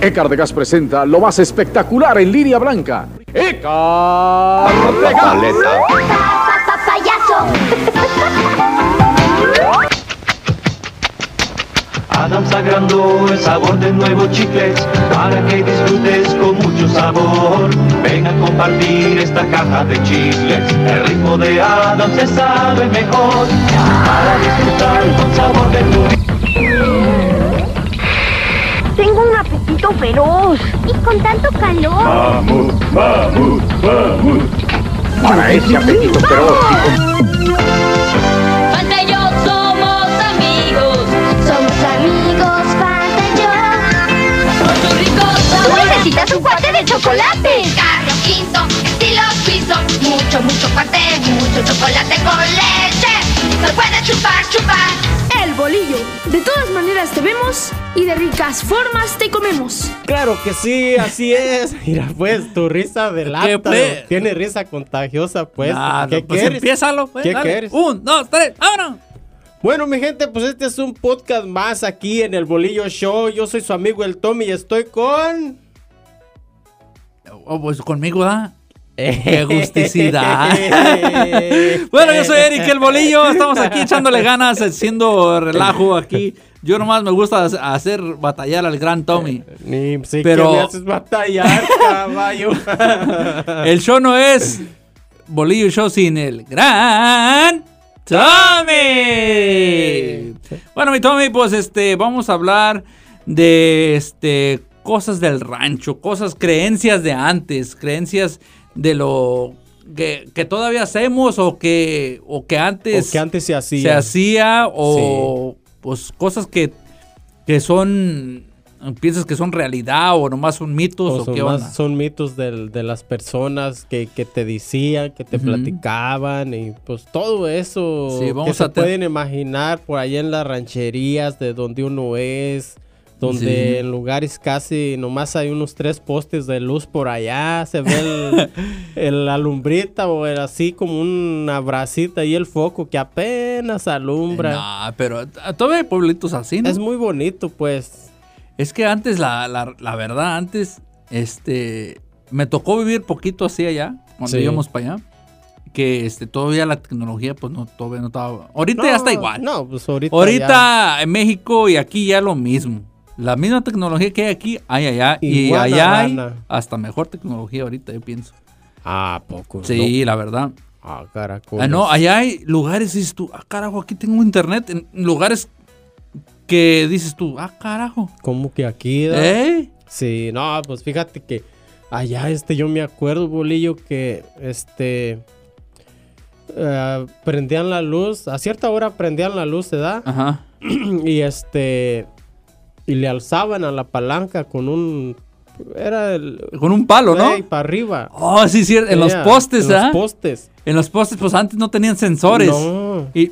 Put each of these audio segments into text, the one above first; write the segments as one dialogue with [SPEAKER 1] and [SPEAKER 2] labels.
[SPEAKER 1] Ecardegas presenta lo más espectacular en línea blanca. Ecardegas.
[SPEAKER 2] Adams agrandó el sabor de nuevos chicles para que disfrutes con mucho sabor. Ven a compartir esta caja de chicles. El ritmo de Adams se sabe mejor para disfrutar con sabor de tu
[SPEAKER 3] Tengo un apetito feroz. Y con tanto calor.
[SPEAKER 1] Para ese apetito feroz.
[SPEAKER 4] Fanta y yo somos amigos.
[SPEAKER 3] Somos amigos, Fanta y yo.
[SPEAKER 4] Por tus ricos
[SPEAKER 3] Tú
[SPEAKER 4] sabores.
[SPEAKER 3] necesitas un cuate de chocolate.
[SPEAKER 5] Carro quinto, estilo suizo, mucho, mucho parte, mucho chocolate con leche. Se puede chupar, chupar.
[SPEAKER 6] El bolillo. De todas maneras te vemos y de ricas formas te comemos.
[SPEAKER 7] Claro que sí, así es. Mira, pues, tu risa de lata.
[SPEAKER 8] pues?
[SPEAKER 7] Tiene risa contagiosa, pues.
[SPEAKER 8] Ah, no,
[SPEAKER 7] ¿Qué
[SPEAKER 8] pues
[SPEAKER 7] quieres?
[SPEAKER 8] empiézalo, pues.
[SPEAKER 7] ¿Qué
[SPEAKER 8] dale.
[SPEAKER 7] quieres?
[SPEAKER 8] Un, dos, tres, ahora.
[SPEAKER 7] Bueno, mi gente, pues este es un podcast más aquí en el Bolillo Show. Yo soy su amigo el Tommy y estoy con.
[SPEAKER 8] Oh, pues conmigo, ¿da? ¡Qué gusticidad! bueno, yo soy Eric el Bolillo. Estamos aquí echándole ganas, haciendo relajo aquí. Yo nomás me gusta hacer batallar al gran Tommy.
[SPEAKER 7] Ni siquiera
[SPEAKER 8] Pero-
[SPEAKER 7] me haces batallar, caballo. Ah.
[SPEAKER 8] El show no es Bolillo Show sin el gran Tommy. Bueno, mi Tommy, pues este, vamos a hablar de este cosas del rancho, cosas, creencias de antes, creencias de lo que, que todavía hacemos o que, o que antes,
[SPEAKER 7] O que antes se hacía.
[SPEAKER 8] se hacía o pues cosas que, que son, piensas que son realidad o nomás son mitos o,
[SPEAKER 7] O son,
[SPEAKER 8] qué
[SPEAKER 7] más-
[SPEAKER 8] onda.
[SPEAKER 7] son mitos del- de las personas que, que te decían, que te
[SPEAKER 8] Ujú.
[SPEAKER 7] platicaban y pues todo eso
[SPEAKER 8] Sí,
[SPEAKER 7] que
[SPEAKER 8] vamos
[SPEAKER 7] se
[SPEAKER 8] a te-
[SPEAKER 7] pueden imaginar por ahí en las rancherías de donde uno es, donde
[SPEAKER 8] Sí.
[SPEAKER 7] en lugares casi nomás hay unos tres postes de luz por allá, se ve el, el- la lumbrita o el- así como una bracita y el foco que apenas alumbra.
[SPEAKER 8] No, Eh, pero a- todavía hay pueblitos así, ¿no?
[SPEAKER 7] Es
[SPEAKER 8] Es,
[SPEAKER 7] muy bonito pues.
[SPEAKER 8] que antes, la, la- la verdad, antes, este, me tocó vivir poquito así allá, cuando
[SPEAKER 7] Sí.
[SPEAKER 8] íbamos para allá, que este, todavía la tecnología, pues no, todavía no estaba. Ahorita ya está
[SPEAKER 7] No,
[SPEAKER 8] igual.
[SPEAKER 7] No, pues ahorita. ya-
[SPEAKER 8] Ahorita en México y aquí ya lo mismo. La misma tecnología que hay aquí, hay allá. Y
[SPEAKER 7] Iguana,
[SPEAKER 8] allá hay
[SPEAKER 7] rana.
[SPEAKER 8] hasta mejor tecnología ahorita, yo pienso.
[SPEAKER 7] Ah, poco.
[SPEAKER 8] Sí, la verdad.
[SPEAKER 7] no? Ah, caracol.
[SPEAKER 8] Ah, no, allá hay lugares, dices tú, ah, carajo, aquí tengo internet. En lugares que dices tú, ah, carajo.
[SPEAKER 7] ¿Cómo que aquí? da?
[SPEAKER 8] ¿Eh?
[SPEAKER 7] Sí, no, pues fíjate que allá este yo me acuerdo, bolillo, que este eh, prendían la luz, a cierta hora prendían la luz, ¿verdad?
[SPEAKER 8] Ajá.
[SPEAKER 7] Y este y le alzaban a la palanca con un era el
[SPEAKER 8] Con un palo, ¿no?
[SPEAKER 7] para arriba.
[SPEAKER 8] Oh, sí, sí, en los
[SPEAKER 7] Yeah,
[SPEAKER 8] postes,
[SPEAKER 7] en
[SPEAKER 8] ¿ah?
[SPEAKER 7] los postes.
[SPEAKER 8] En los postes, pues antes no tenían sensores.
[SPEAKER 7] No.
[SPEAKER 8] Y,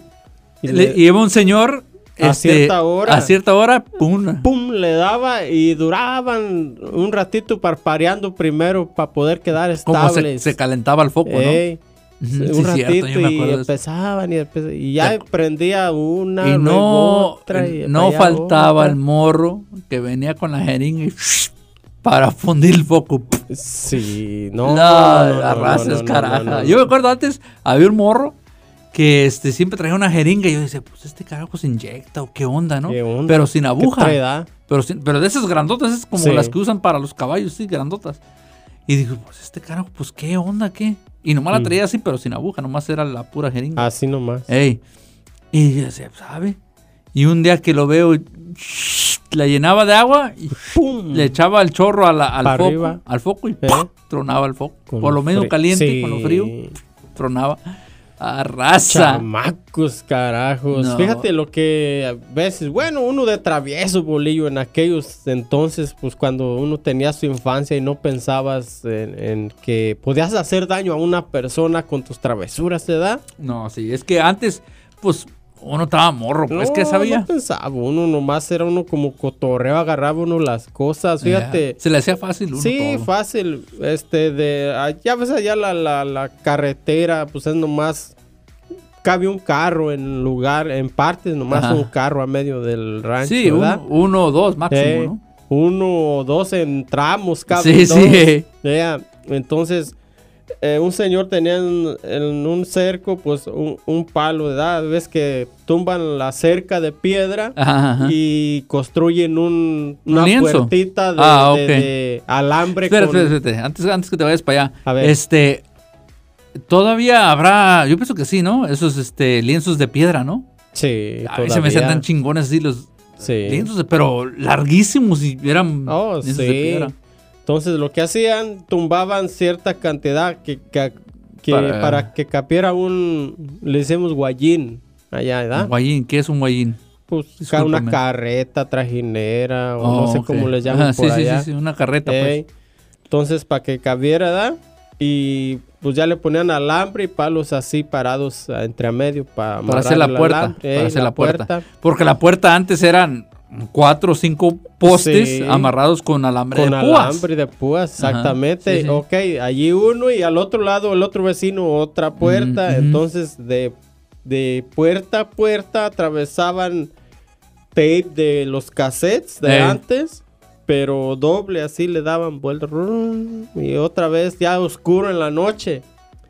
[SPEAKER 7] Y
[SPEAKER 8] le-
[SPEAKER 7] le-
[SPEAKER 8] y iba un señor. este,
[SPEAKER 7] A cierta hora.
[SPEAKER 8] A cierta hora, pum.
[SPEAKER 7] pum, le daba y duraban un ratito parpareando primero para poder quedar
[SPEAKER 8] Como
[SPEAKER 7] estables.
[SPEAKER 8] se, se calentaba el foco,
[SPEAKER 7] Ey,
[SPEAKER 8] ¿no?
[SPEAKER 7] se-
[SPEAKER 8] Ujú,
[SPEAKER 7] un
[SPEAKER 8] sí,
[SPEAKER 7] ratito
[SPEAKER 8] cierto, yo me
[SPEAKER 7] y
[SPEAKER 8] acuerdo de eso.
[SPEAKER 7] empezaban y, empe- y ya prendía una
[SPEAKER 8] Y no,
[SPEAKER 7] luego otra, y
[SPEAKER 8] no
[SPEAKER 7] allá
[SPEAKER 8] faltaba
[SPEAKER 7] otra.
[SPEAKER 8] el morro que venía con la jeringa y para fundir el foco.
[SPEAKER 7] sí
[SPEAKER 8] No,
[SPEAKER 7] no
[SPEAKER 8] la raza es caraja.
[SPEAKER 7] carajo
[SPEAKER 8] Yo me acuerdo antes, había un morro que este, siempre traía una jeringa y yo decía, pues este carajo se inyecta o qué onda, ¿no?
[SPEAKER 7] ¿Qué onda?
[SPEAKER 8] Pero sin aguja.
[SPEAKER 7] aguja
[SPEAKER 8] Pero, sin- pero de esas grandotas, es como
[SPEAKER 7] Sí.
[SPEAKER 8] las que usan para los caballos, sí, grandotas. Y digo, pues este carajo, pues qué onda, qué. Y nomás la
[SPEAKER 7] Mm.
[SPEAKER 8] traía así, pero sin aguja, nomás era la pura jeringa.
[SPEAKER 7] así nomás
[SPEAKER 8] Ey. Y yo decía, ¿sabe? Y un día que lo veo, la llenaba de agua y
[SPEAKER 7] ¡Pum!
[SPEAKER 8] le echaba el chorro a la- al,
[SPEAKER 7] Pa'
[SPEAKER 8] foco,
[SPEAKER 7] arriba.
[SPEAKER 8] al foco y
[SPEAKER 7] Eh.
[SPEAKER 8] ¡pum! tronaba el foco.
[SPEAKER 7] Con
[SPEAKER 8] por lo menos
[SPEAKER 7] frío.
[SPEAKER 8] caliente,
[SPEAKER 7] Sí.
[SPEAKER 8] con lo frío, tronaba. Arrasa.
[SPEAKER 7] chamacos carajos
[SPEAKER 8] No.
[SPEAKER 7] fíjate lo que a veces bueno uno de travieso bolillo en aquellos entonces pues cuando uno tenía su infancia y no pensabas en, en que podías hacer daño a una persona con tus travesuras de edad
[SPEAKER 8] No, sí, es que antes, pues, uno estaba morro, pues, ¿qué sabía?
[SPEAKER 7] No pensaba, uno nomás era uno como cotorreo, agarraba uno las cosas, fíjate.
[SPEAKER 8] Ya, Eh, Se le hacía fácil uno.
[SPEAKER 7] Sí,
[SPEAKER 8] todo.
[SPEAKER 7] fácil, este, de, ah, ya ves allá la, la, la carretera, pues es nomás, cabe un carro en lugar, en partes, nomás
[SPEAKER 8] Ajá.
[SPEAKER 7] un carro a medio del rancho,
[SPEAKER 8] Sí,
[SPEAKER 7] ¿verdad?
[SPEAKER 8] uno, uno o dos máximo,
[SPEAKER 7] Eh,
[SPEAKER 8] ¿no?
[SPEAKER 7] uno o dos en tramos, cabrón.
[SPEAKER 8] Sí, sí.
[SPEAKER 7] Ya, entonces, eh, un señor tenía en, en un cerco, pues, un, un palo, ¿verdad? Ves que tumban la cerca de piedra
[SPEAKER 8] Ajá, ajá.
[SPEAKER 7] y construyen un,
[SPEAKER 8] ¿Un
[SPEAKER 7] una
[SPEAKER 8] lienzo?
[SPEAKER 7] puertita de,
[SPEAKER 8] Ah,
[SPEAKER 7] de-
[SPEAKER 8] ok.
[SPEAKER 7] de alambre
[SPEAKER 8] Espera,
[SPEAKER 7] con-
[SPEAKER 8] espera, espera. Antes, antes que te vayas para allá.
[SPEAKER 7] A ver.
[SPEAKER 8] Este. Todavía habrá. Yo pienso que sí, ¿no? Esos este, lienzos de piedra, ¿no?
[SPEAKER 7] Sí,
[SPEAKER 8] A mí se me hacían
[SPEAKER 7] todavía.
[SPEAKER 8] tan chingones así los
[SPEAKER 7] Sí.
[SPEAKER 8] lienzos, de- pero larguísimos y eran
[SPEAKER 7] Oh,
[SPEAKER 8] lienzos
[SPEAKER 7] sí.
[SPEAKER 8] de piedra.
[SPEAKER 7] Entonces lo que hacían, tumbaban cierta cantidad que, que- que-
[SPEAKER 8] Para-
[SPEAKER 7] para... que capiera un, le decimos guayín allá, ¿verdad?
[SPEAKER 8] Un guayín, ¿qué es un guayín?
[SPEAKER 7] Pues ca-
[SPEAKER 8] discúlpame.
[SPEAKER 7] una carreta, trajinera, o
[SPEAKER 8] Oh,
[SPEAKER 7] no sé
[SPEAKER 8] ok.
[SPEAKER 7] cómo le
[SPEAKER 8] Ajá,
[SPEAKER 7] llaman por
[SPEAKER 8] sí,
[SPEAKER 7] allá.
[SPEAKER 8] sí, sí, sí, una carreta, pues.
[SPEAKER 7] Ey, Entonces para que cabiera, ¿verdad? Y pues ya le ponían alambre y palos así parados ah, entre a medio para,
[SPEAKER 8] pues. Para hacer la
[SPEAKER 7] amarrar el
[SPEAKER 8] puerta.
[SPEAKER 7] alambre,
[SPEAKER 8] para
[SPEAKER 7] ey,
[SPEAKER 8] hacer la puerta. Porque la puerta antes eran cuatro o cinco postes
[SPEAKER 7] Sí.
[SPEAKER 8] amarrados con alambre
[SPEAKER 7] Con
[SPEAKER 8] de púas.
[SPEAKER 7] alambre de púas,
[SPEAKER 8] Ajá,
[SPEAKER 7] exactamente.
[SPEAKER 8] sí, sí.
[SPEAKER 7] Ok, allí uno y al otro lado el otro vecino otra puerta.
[SPEAKER 8] ujú.
[SPEAKER 7] Entonces de, de puerta a puerta atravesaban tape de los cassettes de
[SPEAKER 8] Ey.
[SPEAKER 7] antes, pero doble así le daban vuelta. rum, Y otra vez ya oscuro en la noche.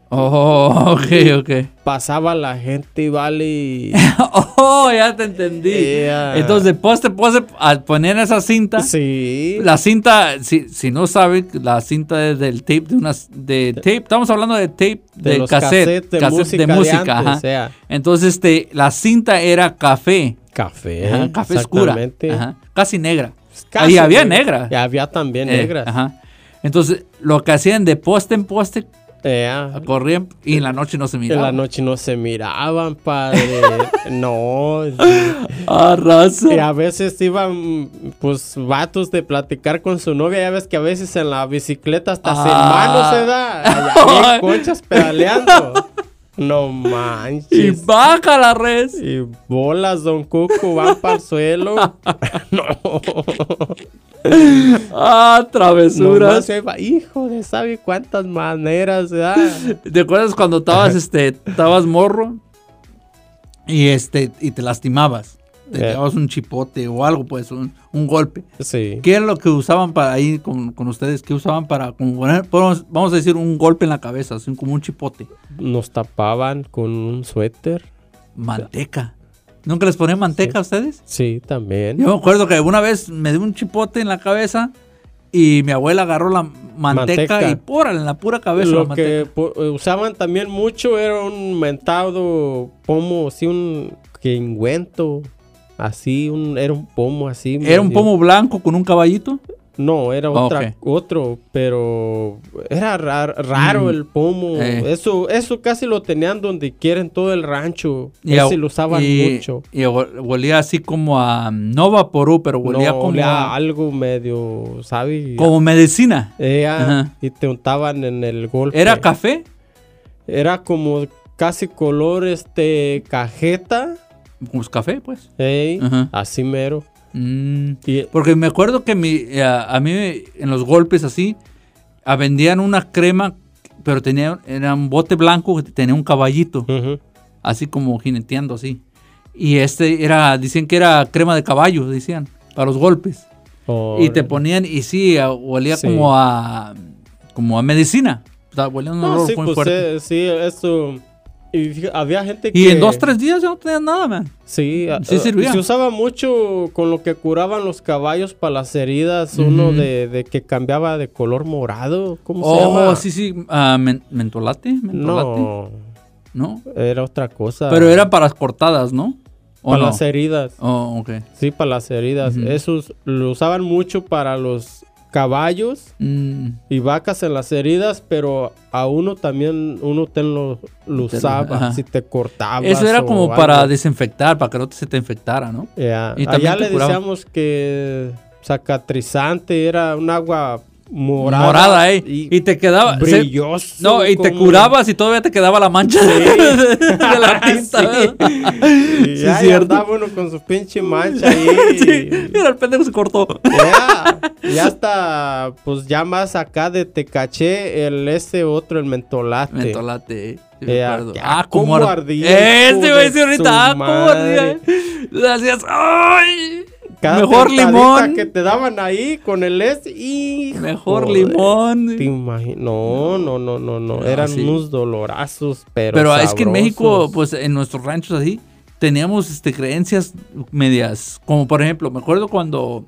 [SPEAKER 8] Oh, ok, ok.
[SPEAKER 7] Pasaba la gente y vale y-
[SPEAKER 8] Oh, ya te entendí.
[SPEAKER 7] Yeah.
[SPEAKER 8] Entonces, pues, de poste, a poste, al poner esa cinta,
[SPEAKER 7] Sí.
[SPEAKER 8] la cinta, si, si no saben, la cinta es del tape, de unas, de tape, estamos hablando de tape,
[SPEAKER 7] de
[SPEAKER 8] de,
[SPEAKER 7] los
[SPEAKER 8] cassette,
[SPEAKER 7] cassettes de música de antes, eh.
[SPEAKER 8] ajá.
[SPEAKER 7] o sea.
[SPEAKER 8] Entonces, este, la cinta era café,
[SPEAKER 7] Café.
[SPEAKER 8] ajá, café oscura,
[SPEAKER 7] Eh, exactamente. Pues
[SPEAKER 8] ajá, casi negra.
[SPEAKER 7] Casi
[SPEAKER 8] Ahí había
[SPEAKER 7] negra.
[SPEAKER 8] negra.
[SPEAKER 7] Y había también
[SPEAKER 8] Eh,
[SPEAKER 7] negras.
[SPEAKER 8] ajá. Entonces, lo que hacían de poste en poste,
[SPEAKER 7] Eh, ah,
[SPEAKER 8] corrían y en la noche no se
[SPEAKER 7] en
[SPEAKER 8] miraban.
[SPEAKER 7] la noche no se miraban, padre. no.
[SPEAKER 8] Ah, raza.
[SPEAKER 7] Y a veces iban, pues, vatos de platicar con su novia. Ya ves que a veces en la bicicleta hasta
[SPEAKER 8] Ah.
[SPEAKER 7] se manos se da. Allá bien conchas pedaleando. No
[SPEAKER 8] Y
[SPEAKER 7] manches.
[SPEAKER 8] baja la red.
[SPEAKER 7] Y bolas, don Cuco, van para el suelo. no.
[SPEAKER 8] Ah, travesuras.
[SPEAKER 7] Nomás se va- Hijo de sabe cuántas maneras, eh? Ah. ¿verdad?
[SPEAKER 8] ¿Te acuerdas cuando estabas, este, estabas morro y este, y te lastimabas? Te
[SPEAKER 7] Eh.
[SPEAKER 8] llevabas un chipote o algo, pues, un, un golpe.
[SPEAKER 7] Sí.
[SPEAKER 8] ¿Qué era lo que usaban para ahí con, con ustedes? ¿Qué usaban para como poner, vamos, vamos a decir, un golpe en la cabeza, así como un chipote?
[SPEAKER 7] Nos tapaban con un suéter.
[SPEAKER 8] Manteca. ¿Nunca les ponían manteca a ustedes?
[SPEAKER 7] Sí, también.
[SPEAKER 8] Yo me acuerdo que una vez me dio un chipote en la cabeza y mi abuela agarró la manteca,
[SPEAKER 7] Manteca.
[SPEAKER 8] y pórale en la pura cabeza la
[SPEAKER 7] Lo
[SPEAKER 8] manteca.
[SPEAKER 7] que po- eh, usaban también mucho era un mentado pomo, así un que ingüento, así un era un pomo así.
[SPEAKER 8] Era un
[SPEAKER 7] medio-
[SPEAKER 8] pomo blanco con un caballito.
[SPEAKER 7] No, era
[SPEAKER 8] Ah,
[SPEAKER 7] otra
[SPEAKER 8] ok.
[SPEAKER 7] otro, pero era ra- raro
[SPEAKER 8] Mm.
[SPEAKER 7] el pomo.
[SPEAKER 8] Eh.
[SPEAKER 7] Eso eso casi lo tenían donde quieren todo el rancho.
[SPEAKER 8] Y
[SPEAKER 7] Ese
[SPEAKER 8] a-
[SPEAKER 7] lo usaban
[SPEAKER 8] y-
[SPEAKER 7] mucho.
[SPEAKER 8] Y hue- huelía así como a no vaporú, pero huelía
[SPEAKER 7] No,
[SPEAKER 8] como,
[SPEAKER 7] olía algo medio, ¿sabes?
[SPEAKER 8] como medicina. Ajá.
[SPEAKER 7] y te untaban en el golpe.
[SPEAKER 8] ¿Era café?
[SPEAKER 7] Era como casi color este cajeta.
[SPEAKER 8] Pues café, pues.
[SPEAKER 7] Ey,
[SPEAKER 8] Ajá.
[SPEAKER 7] así mero.
[SPEAKER 8] Mm,
[SPEAKER 7] Y,
[SPEAKER 8] Porque me acuerdo que mi, eh, a, a mí en los golpes así ah, vendían una crema, pero tenía era un bote blanco que tenía un caballito,
[SPEAKER 7] Ujú.
[SPEAKER 8] así como jineteando así. Y este era, decían que era crema de caballo, decían, para los golpes. Y te
[SPEAKER 7] Órale.
[SPEAKER 8] ponían, y sí, a- olía
[SPEAKER 7] Sí.
[SPEAKER 8] como a como a medicina. O sea, olía un
[SPEAKER 7] No,
[SPEAKER 8] olor
[SPEAKER 7] sí,
[SPEAKER 8] muy
[SPEAKER 7] pues,
[SPEAKER 8] fuerte.
[SPEAKER 7] eh, sí, eso. Y fija- había gente que.
[SPEAKER 8] y en dos, tres días ya no tenías nada, man.
[SPEAKER 7] Sí, a-
[SPEAKER 8] sí
[SPEAKER 7] a-
[SPEAKER 8] servía.
[SPEAKER 7] Se usaba mucho con lo que curaban los caballos para las heridas. Uno
[SPEAKER 8] Ujú.
[SPEAKER 7] de, de que cambiaba de color morado. ¿Cómo se
[SPEAKER 8] Oh,
[SPEAKER 7] llama?
[SPEAKER 8] sí, sí. ah, men- mentolate, mentolate.
[SPEAKER 7] No,
[SPEAKER 8] No.
[SPEAKER 7] era otra cosa.
[SPEAKER 8] Pero era para las cortadas, ¿no? ¿O
[SPEAKER 7] para
[SPEAKER 8] no?
[SPEAKER 7] las heridas.
[SPEAKER 8] Oh, ok.
[SPEAKER 7] Sí, para las heridas.
[SPEAKER 8] Ujú.
[SPEAKER 7] Esos lo usaban mucho para los caballos
[SPEAKER 8] Mm,
[SPEAKER 7] y vacas en las heridas, pero a uno también uno te lo, lo
[SPEAKER 8] Te lo-
[SPEAKER 7] usaba
[SPEAKER 8] ajá.
[SPEAKER 7] si te cortabas.
[SPEAKER 8] Eso era
[SPEAKER 7] o
[SPEAKER 8] como
[SPEAKER 7] algo.
[SPEAKER 8] para desinfectar, para que no te- se te infectara, ¿no?
[SPEAKER 7] Ya,
[SPEAKER 8] y
[SPEAKER 7] Eh,
[SPEAKER 8] también
[SPEAKER 7] Allá
[SPEAKER 8] te
[SPEAKER 7] le
[SPEAKER 8] curaba.
[SPEAKER 7] decíamos que sacatrizante era un agua morada.
[SPEAKER 8] Morada, ¿eh? Y,
[SPEAKER 7] Y,
[SPEAKER 8] te quedaba. se-
[SPEAKER 7] brilloso.
[SPEAKER 8] no, y te
[SPEAKER 7] como-
[SPEAKER 8] curabas y todavía te quedaba la mancha de, la tinta.
[SPEAKER 7] Sí.
[SPEAKER 8] ¿verdad?
[SPEAKER 7] Y
[SPEAKER 8] Sí,
[SPEAKER 7] ya,
[SPEAKER 8] es
[SPEAKER 7] y
[SPEAKER 8] cierto.
[SPEAKER 7] andaba uno con su pinche mancha ahí.
[SPEAKER 8] Sí, mira, el pendejo se cortó.
[SPEAKER 7] Ya, ya está, pues ya más acá de Tecaché, el ese otro, el mentolate.
[SPEAKER 8] Mentolate. eh. sí me
[SPEAKER 7] Ya,
[SPEAKER 8] acuerdo.
[SPEAKER 7] ya,
[SPEAKER 8] Ah, cómo
[SPEAKER 7] cómo
[SPEAKER 8] ar-
[SPEAKER 7] ardía, hijo
[SPEAKER 8] Este, güey,
[SPEAKER 7] de
[SPEAKER 8] sí,
[SPEAKER 7] su
[SPEAKER 8] ahorita. Ah, cómo
[SPEAKER 7] madre.
[SPEAKER 8] ardía. eh. Le hacías. ¡Ay!
[SPEAKER 7] Cada
[SPEAKER 8] Mejor
[SPEAKER 7] tentadita
[SPEAKER 8] limón.
[SPEAKER 7] que te daban ahí con el este y
[SPEAKER 8] Mejor limón.
[SPEAKER 7] Te imagi- No, no, no, no, no. Eran
[SPEAKER 8] sí.
[SPEAKER 7] unos dolorazos, pero.
[SPEAKER 8] Pero ah, es que en
[SPEAKER 7] sabrosos.
[SPEAKER 8] México, pues en nuestros ranchos así, teníamos este, creencias medias. Como por ejemplo, me acuerdo cuando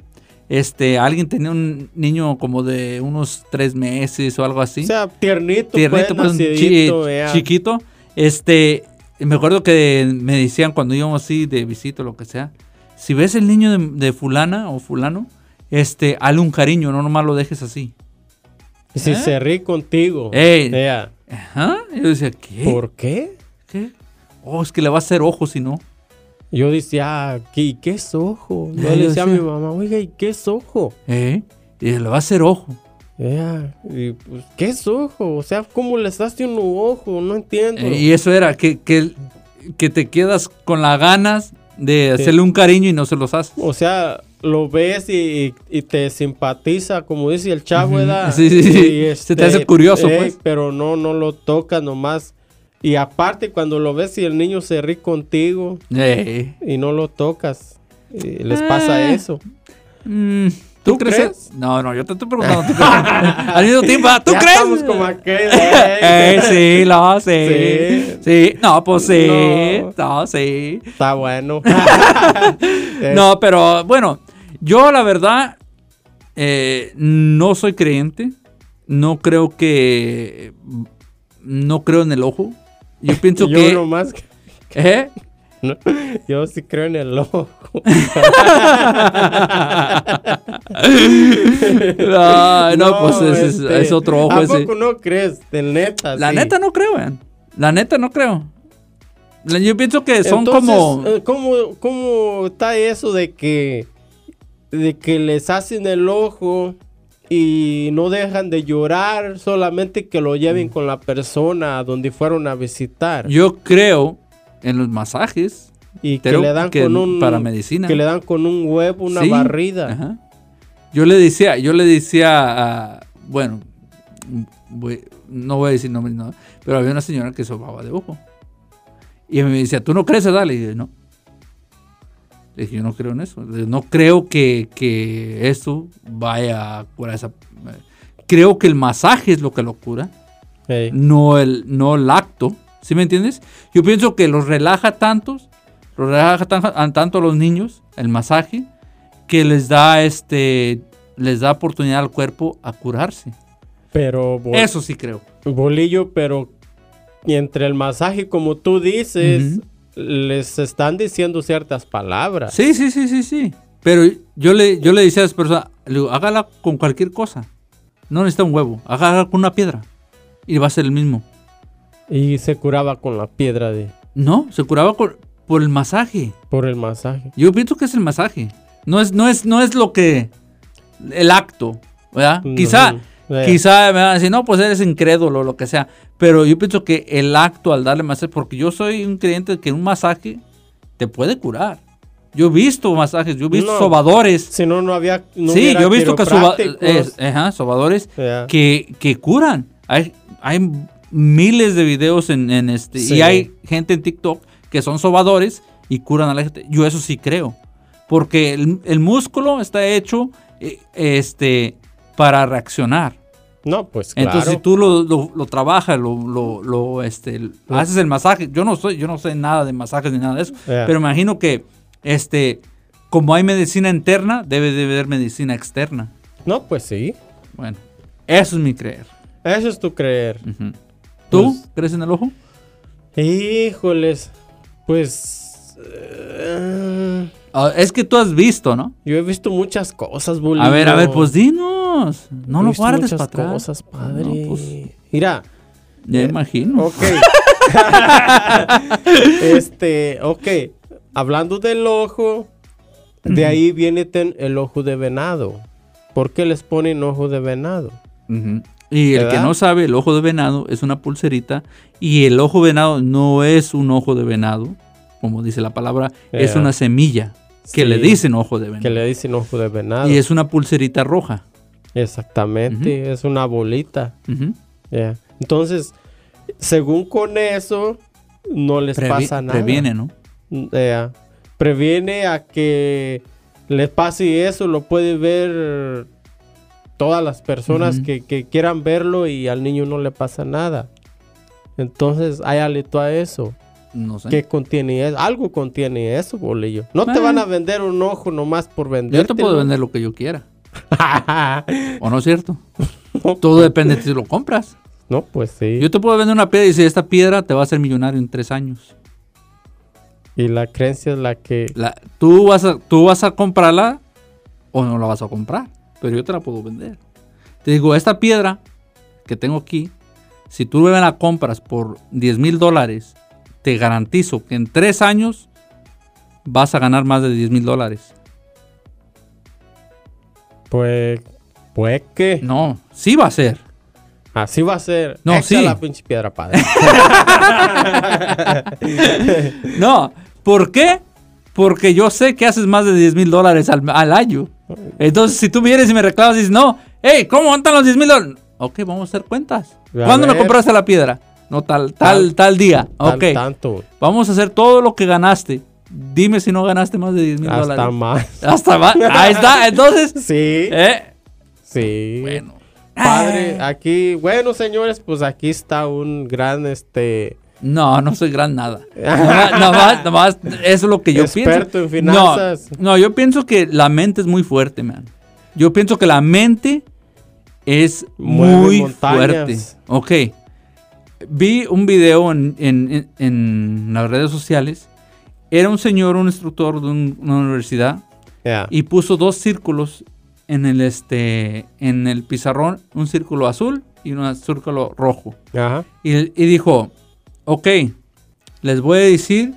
[SPEAKER 8] este, alguien tenía un niño como de unos tres meses o algo así.
[SPEAKER 7] O sea, tiernito,
[SPEAKER 8] tiernito, pues, un chi-
[SPEAKER 7] nacidito, vea.
[SPEAKER 8] chiquito. Este, me acuerdo que me decían cuando íbamos así de visita o lo que sea, si ves el niño de, de fulana o fulano, este, hale un cariño, no nomás lo dejes así.
[SPEAKER 7] Y Si
[SPEAKER 8] ¿Eh?
[SPEAKER 7] se ríe contigo.
[SPEAKER 8] Ey.
[SPEAKER 7] vea,
[SPEAKER 8] Ajá. Yo decía, ¿qué?
[SPEAKER 7] ¿Por qué?
[SPEAKER 8] ¿Qué? Oh, es que le va a hacer ojos si no.
[SPEAKER 7] Yo decía, ah, ¿qué, y qué es ojo? Yo
[SPEAKER 8] Ah,
[SPEAKER 7] le
[SPEAKER 8] yo
[SPEAKER 7] decía a
[SPEAKER 8] sé.
[SPEAKER 7] mi mamá, oiga, ¿y qué es ojo?
[SPEAKER 8] ¿Eh? Y le va a hacer ojo.
[SPEAKER 7] Vea, y, pues, ¿qué es ojo? O sea, ¿cómo le daste un ojo? No entiendo.
[SPEAKER 8] Eh, y eso era que, que, que te quedas con las ganas de hacerle un cariño y no se los haces.
[SPEAKER 7] O sea, lo ves y, y- y te simpatiza, como dice el chavo,
[SPEAKER 8] Ujú.
[SPEAKER 7] ¿verdad?
[SPEAKER 8] Sí, sí, sí.
[SPEAKER 7] Y, este,
[SPEAKER 8] Se te hace curioso, pues.
[SPEAKER 7] Pero no, no lo toca nomás. Y aparte, cuando lo ves y el niño se ríe contigo
[SPEAKER 8] Eh.
[SPEAKER 7] y no lo tocas, eh, les pasa
[SPEAKER 8] Eh.
[SPEAKER 7] eso.
[SPEAKER 8] Mm, ¿Tú,
[SPEAKER 7] ¿Tú
[SPEAKER 8] crees?
[SPEAKER 7] crees?
[SPEAKER 8] No, no, yo te estoy preguntando. ¿tú crees? Al mismo tiempo, ah, ¿tú
[SPEAKER 7] Ya
[SPEAKER 8] crees?
[SPEAKER 7] Estamos como aquel.
[SPEAKER 8] Eh,
[SPEAKER 7] eh.
[SPEAKER 8] sí, lo
[SPEAKER 7] Sí.
[SPEAKER 8] sé. Sí. no, pues sí.
[SPEAKER 7] No.
[SPEAKER 8] No, sí.
[SPEAKER 7] Está bueno.
[SPEAKER 8] Ah,
[SPEAKER 7] Eh,
[SPEAKER 8] No, pero bueno, yo la verdad eh, no soy creyente. No creo que. No creo en el ojo. Yo pienso
[SPEAKER 7] Yo
[SPEAKER 8] que.
[SPEAKER 7] nomás. que-
[SPEAKER 8] ¿Eh?
[SPEAKER 7] no, yo sí creo en el ojo.
[SPEAKER 8] no, no, pues es, es-
[SPEAKER 7] este,
[SPEAKER 8] es otro ojo
[SPEAKER 7] ¿A
[SPEAKER 8] ese.
[SPEAKER 7] poco no crees? De neta.
[SPEAKER 8] La
[SPEAKER 7] sí.
[SPEAKER 8] neta no creo, weón. La neta no creo. La- Yo pienso que son
[SPEAKER 7] Entonces,
[SPEAKER 8] como.
[SPEAKER 7] eh, ¿cómo, cómo está eso de que, de que les hacen el ojo y no dejan de llorar, solamente que lo
[SPEAKER 8] Mm.
[SPEAKER 7] lleven con la persona a donde fueron a visitar?
[SPEAKER 8] Yo creo en los masajes.
[SPEAKER 7] y que
[SPEAKER 8] creo
[SPEAKER 7] le dan
[SPEAKER 8] que
[SPEAKER 7] con un
[SPEAKER 8] para medicina.
[SPEAKER 7] que le dan con un huevo, una
[SPEAKER 8] Sí,
[SPEAKER 7] barrida.
[SPEAKER 8] ajá. Yo le decía, yo le decía a- bueno, voy- no voy a decir nombres, no, pero había una señora que sobaba de ojo. Y me decía, ¿tú no crees, edad? Le dije, no. Le dije, yo no creo en eso. Le dije, No creo que, que eso vaya a curar esa. eh, Creo que el masaje es lo que lo cura
[SPEAKER 7] Ey.
[SPEAKER 8] no el, no el acto. ¿Sí me entiendes? Yo pienso que los relaja tantos, los relaja tan- a- tanto a los niños, el masaje, que les da este les da oportunidad al cuerpo a curarse.
[SPEAKER 7] Pero bol-
[SPEAKER 8] Eso sí creo.
[SPEAKER 7] bolillo, pero y entre el masaje como tú dices,
[SPEAKER 8] Ujú.
[SPEAKER 7] les están diciendo ciertas palabras.
[SPEAKER 8] Sí, sí, sí, sí, sí. Pero yo le, yo le decía a las personas, le digo, hágala con cualquier cosa. No necesita un huevo, hágala con una piedra. Y va a ser el mismo.
[SPEAKER 7] Y se curaba con la piedra de
[SPEAKER 8] No, se curaba con- por el masaje.
[SPEAKER 7] por el masaje.
[SPEAKER 8] Yo pienso que es el masaje. No es, no es, no es lo que. El acto. ¿Verdad?
[SPEAKER 7] No,
[SPEAKER 8] quizá.
[SPEAKER 7] sí, vaya.
[SPEAKER 8] Quizá me van a decir, no, pues eres incrédulo o lo que sea. Pero yo pienso que el acto al darle masaje. Porque yo soy un creyente de que un masaje te puede curar. Yo he visto masajes, yo he visto
[SPEAKER 7] No.
[SPEAKER 8] sobadores.
[SPEAKER 7] Si no, no había. no
[SPEAKER 8] sí,
[SPEAKER 7] hubiera
[SPEAKER 8] yo he visto que soba-
[SPEAKER 7] quiroprácticos.
[SPEAKER 8] eh, ajá, sobadores
[SPEAKER 7] Ya.
[SPEAKER 8] que, que curan. Hay, hay miles de videos en, en este
[SPEAKER 7] Sí.
[SPEAKER 8] y hay gente en TikTok que son sobadores y curan a la gente. Yo eso sí creo. Porque el, el músculo está hecho eh, este, para reaccionar.
[SPEAKER 7] No, pues claro.
[SPEAKER 8] Entonces, si tú lo, lo- lo trabajas, lo, lo- lo, este,
[SPEAKER 7] Ah.
[SPEAKER 8] haces el masaje. Yo no soy, yo no sé nada de masajes ni nada de eso.
[SPEAKER 7] Yeah.
[SPEAKER 8] Pero imagino que este, como hay medicina interna, debe de haber medicina externa.
[SPEAKER 7] No, pues sí.
[SPEAKER 8] Bueno, eso es mi creer.
[SPEAKER 7] Eso es tu creer.
[SPEAKER 8] Ujú. ¿Tú
[SPEAKER 7] Pues-
[SPEAKER 8] crees en el ojo?
[SPEAKER 7] Híjoles. Pues. eh,
[SPEAKER 8] Ah, es que tú has visto, ¿no?
[SPEAKER 7] yo he visto muchas cosas, boludo.
[SPEAKER 8] A ver, a ver, pues dinos. No
[SPEAKER 7] He
[SPEAKER 8] lo
[SPEAKER 7] visto
[SPEAKER 8] guardes
[SPEAKER 7] muchas
[SPEAKER 8] para atrás.
[SPEAKER 7] cosas, padre.
[SPEAKER 8] No, pues,
[SPEAKER 7] Mira.
[SPEAKER 8] ya imagino.
[SPEAKER 7] Ok. este, ok. Hablando del ojo, de ahí viene ten- el ojo de venado. ¿Por qué les ponen ojo de venado?
[SPEAKER 8] Ujú. Y el que
[SPEAKER 7] ¿Verdad?
[SPEAKER 8] no sabe, el ojo de venado es una pulserita y el ojo venado no es un ojo de venado, como dice la palabra, es
[SPEAKER 7] Ya.
[SPEAKER 8] una semilla que
[SPEAKER 7] Sí.
[SPEAKER 8] le dicen ojo de
[SPEAKER 7] Que
[SPEAKER 8] venado.
[SPEAKER 7] le dicen ojo de venado.
[SPEAKER 8] Y es una pulserita roja.
[SPEAKER 7] Exactamente, es una bolita.
[SPEAKER 8] Ujú.
[SPEAKER 7] ya. Entonces, según con eso, no les
[SPEAKER 8] Previ-
[SPEAKER 7] pasa nada.
[SPEAKER 8] Previene, ¿no?
[SPEAKER 7] Ya. Previene a eh, que les pase eso, lo puede ver todas las personas
[SPEAKER 8] Ujú.
[SPEAKER 7] que, que quieran verlo y al niño no le pasa nada. Entonces, hay alito a eso.
[SPEAKER 8] No sé.
[SPEAKER 7] ¿Qué contiene eso? Algo contiene eso, bolillo. No te
[SPEAKER 8] Ah.
[SPEAKER 7] van a vender un ojo nomás por vender.
[SPEAKER 8] Yo te puedo vender lo que yo quiera. ¿O no es cierto? Todo depende de si lo compras.
[SPEAKER 7] no, pues sí.
[SPEAKER 8] Yo te puedo vender una piedra y dice, esta piedra te va a hacer millonario en tres años.
[SPEAKER 7] Y la creencia es la que.
[SPEAKER 8] La- tú, vas a, tú vas a comprarla o no la vas a comprar, pero yo te la puedo vender. Te digo, esta piedra que tengo aquí, si tú me la compras por 10 mil dólares, te garantizo que en tres años vas a ganar más de 10 mil dólares.
[SPEAKER 7] Pues. Pues que.
[SPEAKER 8] No, sí va a ser.
[SPEAKER 7] Así va a ser.
[SPEAKER 8] No,
[SPEAKER 7] Echa
[SPEAKER 8] sí.
[SPEAKER 7] la pinche piedra, padre.
[SPEAKER 8] No, ¿por qué? Porque yo sé que haces más de 10 mil dólares al, al año. Entonces, si tú vienes y me reclamas y dices, no, hey, ¿cómo andan los 10 mil dólares? Ok, vamos a hacer cuentas.
[SPEAKER 7] A
[SPEAKER 8] ¿Cuándo me
[SPEAKER 7] ver.
[SPEAKER 8] compraste la piedra? No, tal, tal,
[SPEAKER 7] Tal-
[SPEAKER 8] tal día.
[SPEAKER 7] Tan-
[SPEAKER 8] ok,
[SPEAKER 7] Tanto.
[SPEAKER 8] vamos a hacer todo lo que ganaste. Dime si no ganaste más de 10 mil dólares.
[SPEAKER 7] Hasta más.
[SPEAKER 8] Hasta más. Ahí está, entonces.
[SPEAKER 7] Sí.
[SPEAKER 8] eh,
[SPEAKER 7] Sí.
[SPEAKER 8] bueno.
[SPEAKER 7] Padre, aquí. Bueno, señores, pues aquí está un gran este.
[SPEAKER 8] No, no soy gran nada. Nomás, nomás- nomás eso es lo que yo
[SPEAKER 7] Experto
[SPEAKER 8] pienso.
[SPEAKER 7] en finanzas.
[SPEAKER 8] No, no, yo pienso que la mente es muy fuerte, man. Yo pienso que la mente es
[SPEAKER 7] Mueve
[SPEAKER 8] muy fuerte.
[SPEAKER 7] montañas.
[SPEAKER 8] Ok. Vi un video en, en- en- en las redes sociales. Era un señor, un instructor de un- una universidad,
[SPEAKER 7] ya.
[SPEAKER 8] y puso dos círculos en el, este, en el pizarrón, un círculo azul y un círculo rojo.
[SPEAKER 7] Ajá.
[SPEAKER 8] Y, y dijo, ok, les voy a decir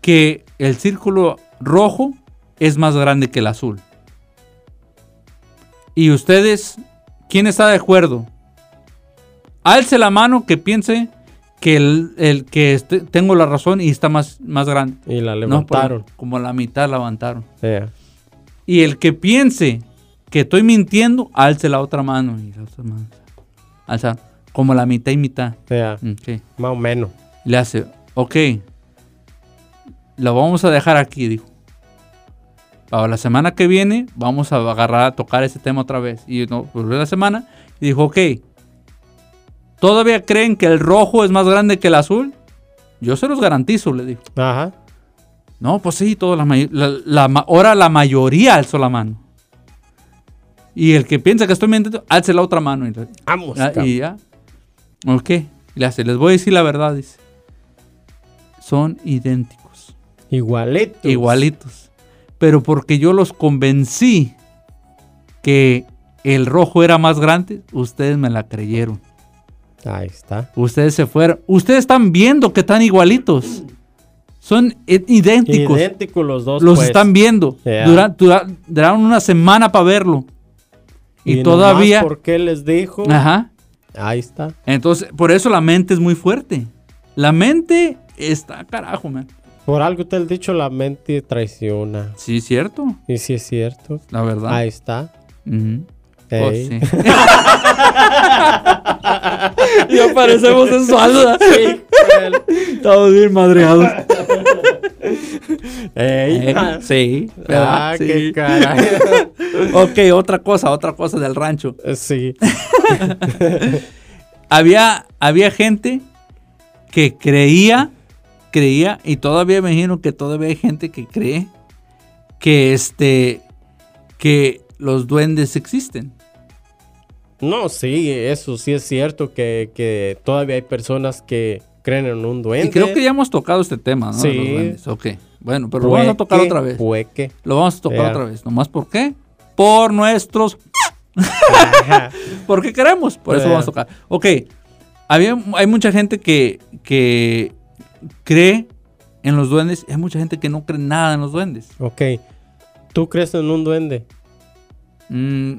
[SPEAKER 8] que el círculo rojo es más grande que el azul. Y ustedes, ¿quién está de acuerdo? Alce la mano que piense que el, el que este- tengo la razón y está más, más grande.
[SPEAKER 7] Y la
[SPEAKER 8] No, pues,
[SPEAKER 7] levantaron.
[SPEAKER 8] como la mitad la levantaron.
[SPEAKER 7] Ya.
[SPEAKER 8] Y el que piense que estoy mintiendo, alce la otra mano. Y la otra mano. Alza, como la mitad y mitad.
[SPEAKER 7] ya.
[SPEAKER 8] Ok.
[SPEAKER 7] Más o menos.
[SPEAKER 8] Mm, Le hace, ok, lo vamos a dejar aquí, dijo. Para la semana que viene vamos a agarrar a tocar ese tema otra vez. Y no, volvió la semana y dijo, ok, ¿todavía creen que el rojo es más grande que el azul? Yo se los garantizo, le dijo.
[SPEAKER 7] Ajá.
[SPEAKER 8] No, pues sí, todas las may- la, la ma- ahora la mayoría alzó la mano. Y el que piensa que estoy mintiendo, alce la otra mano. Y le-
[SPEAKER 7] Vamos.
[SPEAKER 8] Ah,
[SPEAKER 7] cabrón.
[SPEAKER 8] y ya. Ok. Le hace, les voy a decir la verdad, dice. Son idénticos.
[SPEAKER 7] Igualitos.
[SPEAKER 8] Igualitos. Pero porque yo los convencí que el rojo era más grande, ustedes me la creyeron.
[SPEAKER 7] Ahí está.
[SPEAKER 8] Ustedes se fueron. Ustedes están viendo que están igualitos. Son i- idénticos.
[SPEAKER 7] Idénticos los dos.
[SPEAKER 8] los
[SPEAKER 7] pues.
[SPEAKER 8] están viendo.
[SPEAKER 7] Yeah.
[SPEAKER 8] Dura- dura- duraron una semana para verlo. Y,
[SPEAKER 7] nomás
[SPEAKER 8] todavía... Ah.
[SPEAKER 7] ¿Por qué les dijo?
[SPEAKER 8] Ajá.
[SPEAKER 7] Ahí está.
[SPEAKER 8] Entonces, por eso la mente es muy fuerte. La mente está carajo, man.
[SPEAKER 7] Por algo te he dicho, la mente traiciona.
[SPEAKER 8] Sí, cierto.
[SPEAKER 7] Y si es cierto.
[SPEAKER 8] La verdad.
[SPEAKER 7] Ahí está.
[SPEAKER 8] Ujú. Ah. Oh,
[SPEAKER 7] Ey.
[SPEAKER 8] sí. ya parecemos sensuales. Estamos bien madreados.
[SPEAKER 7] Ey.
[SPEAKER 8] Eh, sí.
[SPEAKER 7] Ah,
[SPEAKER 8] ¿verdad?
[SPEAKER 7] qué
[SPEAKER 8] Sí.
[SPEAKER 7] caray.
[SPEAKER 8] Ok, otra cosa, otra cosa del rancho.
[SPEAKER 7] sí.
[SPEAKER 8] Había, había gente que creía, creía, y todavía me imagino que todavía hay gente que cree que este, que los duendes existen.
[SPEAKER 7] No, sí, eso sí es cierto que, que todavía hay personas que creen en un duende.
[SPEAKER 8] Y creo que ya hemos tocado este tema, ¿no?
[SPEAKER 7] Sí.
[SPEAKER 8] Los duendes. Ok. Bueno, pero lo vamos a tocar
[SPEAKER 7] Pueque,
[SPEAKER 8] otra vez.
[SPEAKER 7] pueque.
[SPEAKER 8] Lo vamos a tocar
[SPEAKER 7] Ya.
[SPEAKER 8] otra vez. ¿Nomás por qué? Por nuestros. Porque queremos. Por eso
[SPEAKER 7] Ya.
[SPEAKER 8] vamos a tocar. Ok. Había, hay mucha gente que, que cree en los duendes. Hay mucha gente que no cree nada en los duendes.
[SPEAKER 7] Ok. ¿Tú crees en un duende?
[SPEAKER 8] Mm,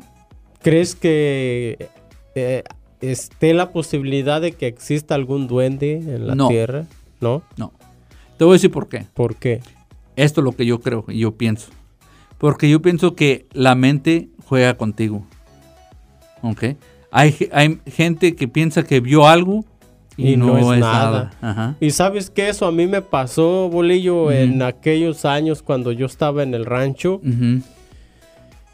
[SPEAKER 7] ¿Crees que eh, esté la posibilidad de que exista algún duende en la
[SPEAKER 8] No.
[SPEAKER 7] Tierra? ¿No?
[SPEAKER 8] no. Te voy a decir por qué.
[SPEAKER 7] ¿Por qué?
[SPEAKER 8] Esto es lo que yo creo y yo pienso. Porque yo pienso que la mente juega contigo. ¿Ok? Hay, ge- hay gente que piensa que vio algo
[SPEAKER 7] y no, es nada.
[SPEAKER 8] Ajá.
[SPEAKER 7] Y sabes que eso a mí me pasó, Bolillo, en aquellos años cuando yo estaba en el rancho.
[SPEAKER 8] Ujú.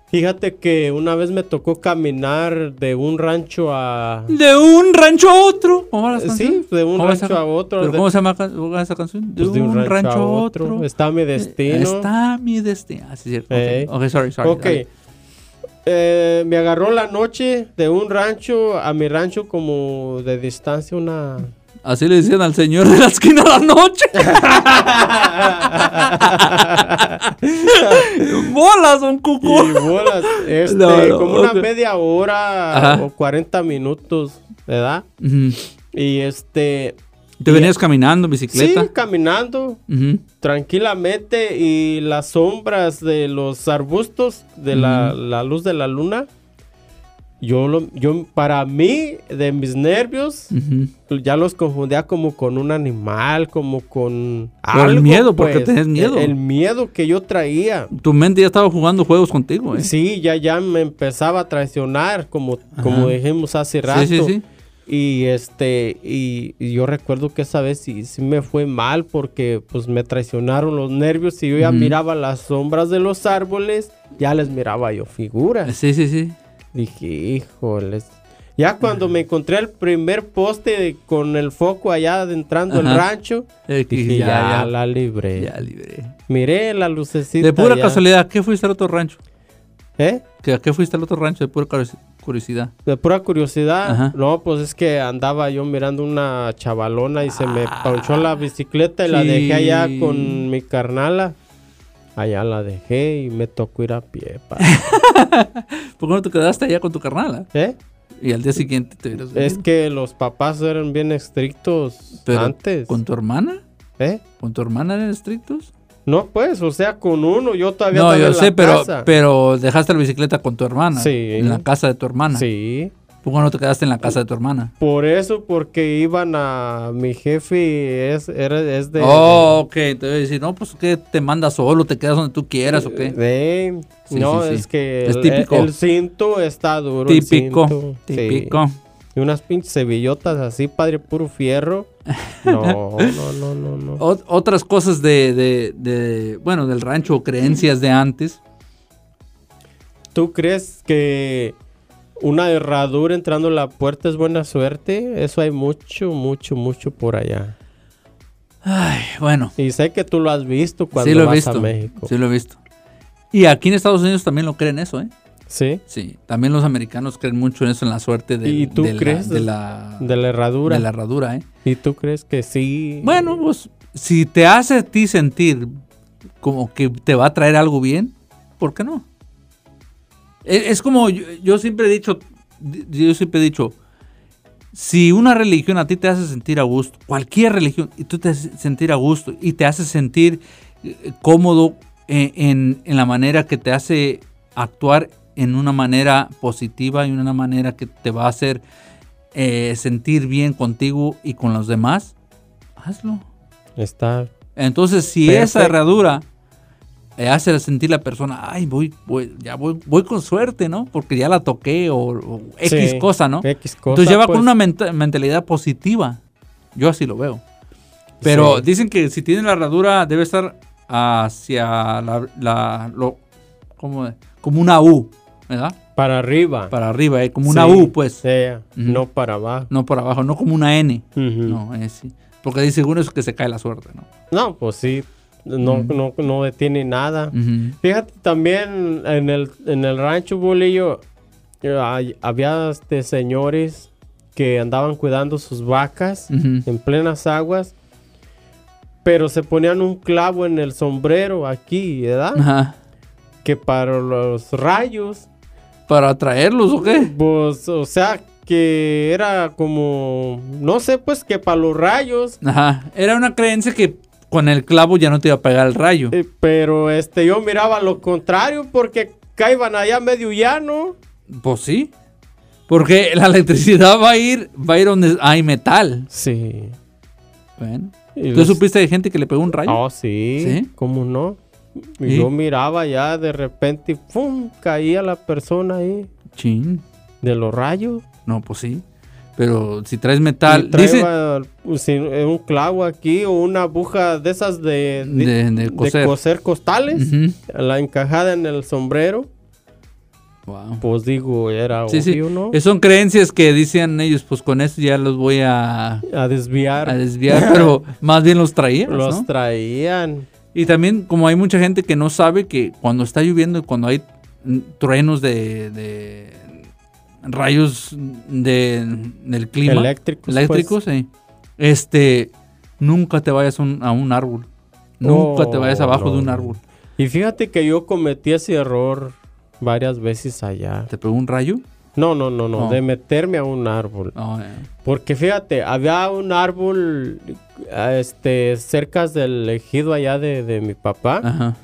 [SPEAKER 7] Fíjate que una vez me tocó caminar de un rancho a...
[SPEAKER 8] De un rancho a otro. ¿Cómo va la
[SPEAKER 7] Sí,
[SPEAKER 8] canción?
[SPEAKER 7] de un
[SPEAKER 8] ¿Cómo va esa-
[SPEAKER 7] rancho a otro,
[SPEAKER 8] ¿Pero
[SPEAKER 7] de-
[SPEAKER 8] cómo se llama ca- cómo va esa canción? De,
[SPEAKER 7] pues,
[SPEAKER 8] un, rancho, a otro.
[SPEAKER 7] Está mi
[SPEAKER 8] Eh,
[SPEAKER 7] destino.
[SPEAKER 8] Está mi destino. Ah, sí, es cierto. Ok.
[SPEAKER 7] Eh.
[SPEAKER 8] Ok, sorry, sorry.
[SPEAKER 7] Ok. Eh, me agarró la noche de un rancho a mi rancho como de distancia una...
[SPEAKER 8] Así le decían al señor de la esquina a la noche. Bolas, un
[SPEAKER 7] Y
[SPEAKER 8] cucú.
[SPEAKER 7] bolas, este,
[SPEAKER 8] No, no,
[SPEAKER 7] como una
[SPEAKER 8] ok.
[SPEAKER 7] media hora
[SPEAKER 8] Ajá.
[SPEAKER 7] o 40 minutos, ¿verdad?
[SPEAKER 8] Ujú.
[SPEAKER 7] Y este...
[SPEAKER 8] Te
[SPEAKER 7] y-
[SPEAKER 8] venías caminando en bicicleta.
[SPEAKER 7] Sí, caminando
[SPEAKER 8] Ujú.
[SPEAKER 7] tranquilamente y las sombras de los arbustos de la, la luz de la luna. Yo, lo- yo, para mí, de mis nervios,
[SPEAKER 8] Ujú.
[SPEAKER 7] ya los confundía como con un animal, como con pues,
[SPEAKER 8] Por el miedo, porque tenés miedo.
[SPEAKER 7] El, el miedo que yo traía.
[SPEAKER 8] Tu mente ya estaba jugando juegos contigo, ¿eh?
[SPEAKER 7] Pues Sí, ya, ya me empezaba a traicionar, como, como dijimos hace rato.
[SPEAKER 8] sí, sí.
[SPEAKER 7] Y este, y, y yo recuerdo que esa vez sí, sí me fue mal porque pues me traicionaron los nervios y yo ya miraba las sombras de los árboles, ya les miraba yo figuras.
[SPEAKER 8] Sí, sí, sí.
[SPEAKER 7] Dije, híjoles. Ya cuando me encontré el primer poste de- con el foco allá adentrando el
[SPEAKER 8] Ajá.
[SPEAKER 7] rancho,
[SPEAKER 8] Eh, que
[SPEAKER 7] dije,
[SPEAKER 8] ya,
[SPEAKER 7] ya,
[SPEAKER 8] ya.
[SPEAKER 7] la libré.
[SPEAKER 8] Ya libre.
[SPEAKER 7] Miré la lucecita.
[SPEAKER 8] De pura
[SPEAKER 7] ya.
[SPEAKER 8] casualidad, ¿a qué fuiste al otro rancho?
[SPEAKER 7] ¿Eh?
[SPEAKER 8] ¿Que ¿A qué fuiste al otro rancho? De pura curi- curiosidad.
[SPEAKER 7] De pura curiosidad,
[SPEAKER 8] Ajá.
[SPEAKER 7] no, pues es que andaba yo mirando una chavalona y se me ponchó la bicicleta y la
[SPEAKER 8] Ah. sí.
[SPEAKER 7] dejé allá con mi carnala. Allá la dejé y me tocó ir a pie. pa.
[SPEAKER 8] ¿Por qué no te quedaste allá con tu carnala?
[SPEAKER 7] ¿Eh?
[SPEAKER 8] Y al día siguiente te hubieras
[SPEAKER 7] Es
[SPEAKER 8] venido.
[SPEAKER 7] que los papás eran bien estrictos
[SPEAKER 8] Pero,
[SPEAKER 7] antes.
[SPEAKER 8] ¿Con tu hermana?
[SPEAKER 7] ¿Eh?
[SPEAKER 8] ¿Con tu hermana eran estrictos?
[SPEAKER 7] No, pues, o sea, con uno yo todavía
[SPEAKER 8] No,
[SPEAKER 7] andaba
[SPEAKER 8] yo
[SPEAKER 7] en la
[SPEAKER 8] sé, pero,
[SPEAKER 7] casa.
[SPEAKER 8] pero dejaste la bicicleta con tu hermana.
[SPEAKER 7] Sí.
[SPEAKER 8] En la casa de tu hermana.
[SPEAKER 7] Sí.
[SPEAKER 8] ¿Por qué no te quedaste en la casa de tu hermana?
[SPEAKER 7] Por eso, porque iban a mi jefe es, era, es de
[SPEAKER 8] oh, ok. Te voy a decir, no, pues que te mandas solo, te quedas donde tú quieras o qué.
[SPEAKER 7] Eh, De-
[SPEAKER 8] Sí,
[SPEAKER 7] no,
[SPEAKER 8] sí, sí.
[SPEAKER 7] es que
[SPEAKER 8] Es
[SPEAKER 7] el,
[SPEAKER 8] típico.
[SPEAKER 7] el cinto está duro. el
[SPEAKER 8] Típico,
[SPEAKER 7] cinto, sí.
[SPEAKER 8] típico.
[SPEAKER 7] Y unas pinches cebillotas así, padre, puro fierro. No, no, no, no, no.
[SPEAKER 8] Ot- otras cosas de, de, de, bueno, del rancho o creencias de antes.
[SPEAKER 7] ¿Tú crees que una herradura entrando a la puerta es buena suerte? Eso hay mucho, mucho, mucho por allá.
[SPEAKER 8] Ay, bueno,
[SPEAKER 7] Y sé que tú lo has visto cuando
[SPEAKER 8] sí lo he
[SPEAKER 7] vas a
[SPEAKER 8] visto.
[SPEAKER 7] México.
[SPEAKER 8] Sí lo he visto. Y aquí en Estados Unidos también lo creen eso, ¿eh?
[SPEAKER 7] ¿Sí?
[SPEAKER 8] Sí, también los americanos creen mucho en eso, en la suerte del-
[SPEAKER 7] ¿Y tú
[SPEAKER 8] de, la-
[SPEAKER 7] crees
[SPEAKER 8] de la,
[SPEAKER 7] De la herradura.
[SPEAKER 8] Ah, de la herradura, ¿eh?
[SPEAKER 7] ¿Y tú crees que sí?
[SPEAKER 8] Bueno, pues si te hace a ti sentir como que te va a traer algo bien, ¿por qué no? E- Es, como yo, yo siempre he dicho, di- yo siempre he dicho, si una religión a ti te hace sentir a gusto, cualquier religión, y tú te haces sentir a gusto y te hace sentir eh, cómodo en, en- en la manera que te hace actuar en una manera positiva y una manera que te va a hacer eh, sentir bien contigo y con los demás, hazlo.
[SPEAKER 7] Está
[SPEAKER 8] Entonces, si
[SPEAKER 7] Perfecto.
[SPEAKER 8] esa herradura eh, hace sentir la persona, ay, voy, voy, ya voy, voy con suerte, ¿no? Porque ya la toqué o, o X
[SPEAKER 7] Sí,
[SPEAKER 8] cosa, ¿no?
[SPEAKER 7] X cosa.
[SPEAKER 8] Entonces ya va
[SPEAKER 7] pues.
[SPEAKER 8] con una menta- mentalidad positiva. Yo así lo veo. Pero
[SPEAKER 7] Sí.
[SPEAKER 8] dicen que si tiene la herradura debe estar hacia la, la- lo, como, como una U, ¿verdad?
[SPEAKER 7] Para arriba.
[SPEAKER 8] Para arriba, ¿eh? como una
[SPEAKER 7] Sí,
[SPEAKER 8] U, pues.
[SPEAKER 7] sí, No
[SPEAKER 8] Ujú.
[SPEAKER 7] para abajo.
[SPEAKER 8] No por abajo, no como una N.
[SPEAKER 7] Ujú.
[SPEAKER 8] No, es sí. Porque dice uno es que se cae la suerte, ¿no?
[SPEAKER 7] No, pues sí, no, no, no detiene nada.
[SPEAKER 8] Ujú.
[SPEAKER 7] Fíjate también en el, en el rancho Bolillo, eh, hay- había este, señores que andaban cuidando sus vacas
[SPEAKER 8] Ujú.
[SPEAKER 7] en plenas aguas, pero se ponían un clavo en el sombrero aquí, ¿verdad?
[SPEAKER 8] Ajá.
[SPEAKER 7] Que para los rayos,
[SPEAKER 8] ¿Para atraerlos o qué?
[SPEAKER 7] pues, o sea, que era como, no sé, pues que para los rayos
[SPEAKER 8] Ajá. Era una creencia que con el clavo ya no te iba a pegar el rayo.
[SPEAKER 7] Eh, pero este yo miraba lo contrario porque caiban allá medio llano.
[SPEAKER 8] Pues sí. Porque la electricidad va a ir, va a ir donde hay metal.
[SPEAKER 7] Sí.
[SPEAKER 8] Bueno.
[SPEAKER 7] Y
[SPEAKER 8] ¿Tú
[SPEAKER 7] los-
[SPEAKER 8] supiste de gente que le pegó un rayo?
[SPEAKER 7] Ah, sí.
[SPEAKER 8] ¿Sí?
[SPEAKER 7] ¿Cómo no? Y
[SPEAKER 8] ¿Y?
[SPEAKER 7] yo miraba ya de repente y ¡pum! caía la persona ahí
[SPEAKER 8] Chin.
[SPEAKER 7] de los rayos.
[SPEAKER 8] No, pues sí. Pero si traes metal,
[SPEAKER 7] Y traigo
[SPEAKER 8] dice,
[SPEAKER 7] a- si- eh, un clavo aquí o una aguja de esas de,
[SPEAKER 8] De- de coser.
[SPEAKER 7] costales,
[SPEAKER 8] Ujú.
[SPEAKER 7] la encajada en el sombrero,
[SPEAKER 8] Wow.
[SPEAKER 7] pues digo, era
[SPEAKER 8] Sí, sí.
[SPEAKER 7] obvio, ¿no?
[SPEAKER 8] Eh, Son creencias que dicen ellos, pues con eso ya los voy a,
[SPEAKER 7] A desviar.
[SPEAKER 8] a desviar, pero más bien los traía.
[SPEAKER 7] los
[SPEAKER 8] ¿no?
[SPEAKER 7] traían.
[SPEAKER 8] Y también como hay mucha gente que no sabe que cuando está lloviendo y cuando hay mm, truenos de, de rayos de, del clima
[SPEAKER 7] Eléctricos, pues.
[SPEAKER 8] eléctricos, sí, este nunca te vayas a un, a un árbol. Nunca te vayas
[SPEAKER 7] Oh,
[SPEAKER 8] abajo de
[SPEAKER 7] no.
[SPEAKER 8] un árbol.
[SPEAKER 7] Y fíjate que yo cometí ese error varias veces allá.
[SPEAKER 8] ¿Te pegó un rayo?
[SPEAKER 7] No, no, no, no,
[SPEAKER 8] No.
[SPEAKER 7] de meterme a un árbol.
[SPEAKER 8] No, eh.
[SPEAKER 7] Porque fíjate, había un árbol ah, este, cerca del ejido allá de, de mi papá.
[SPEAKER 8] Ajá.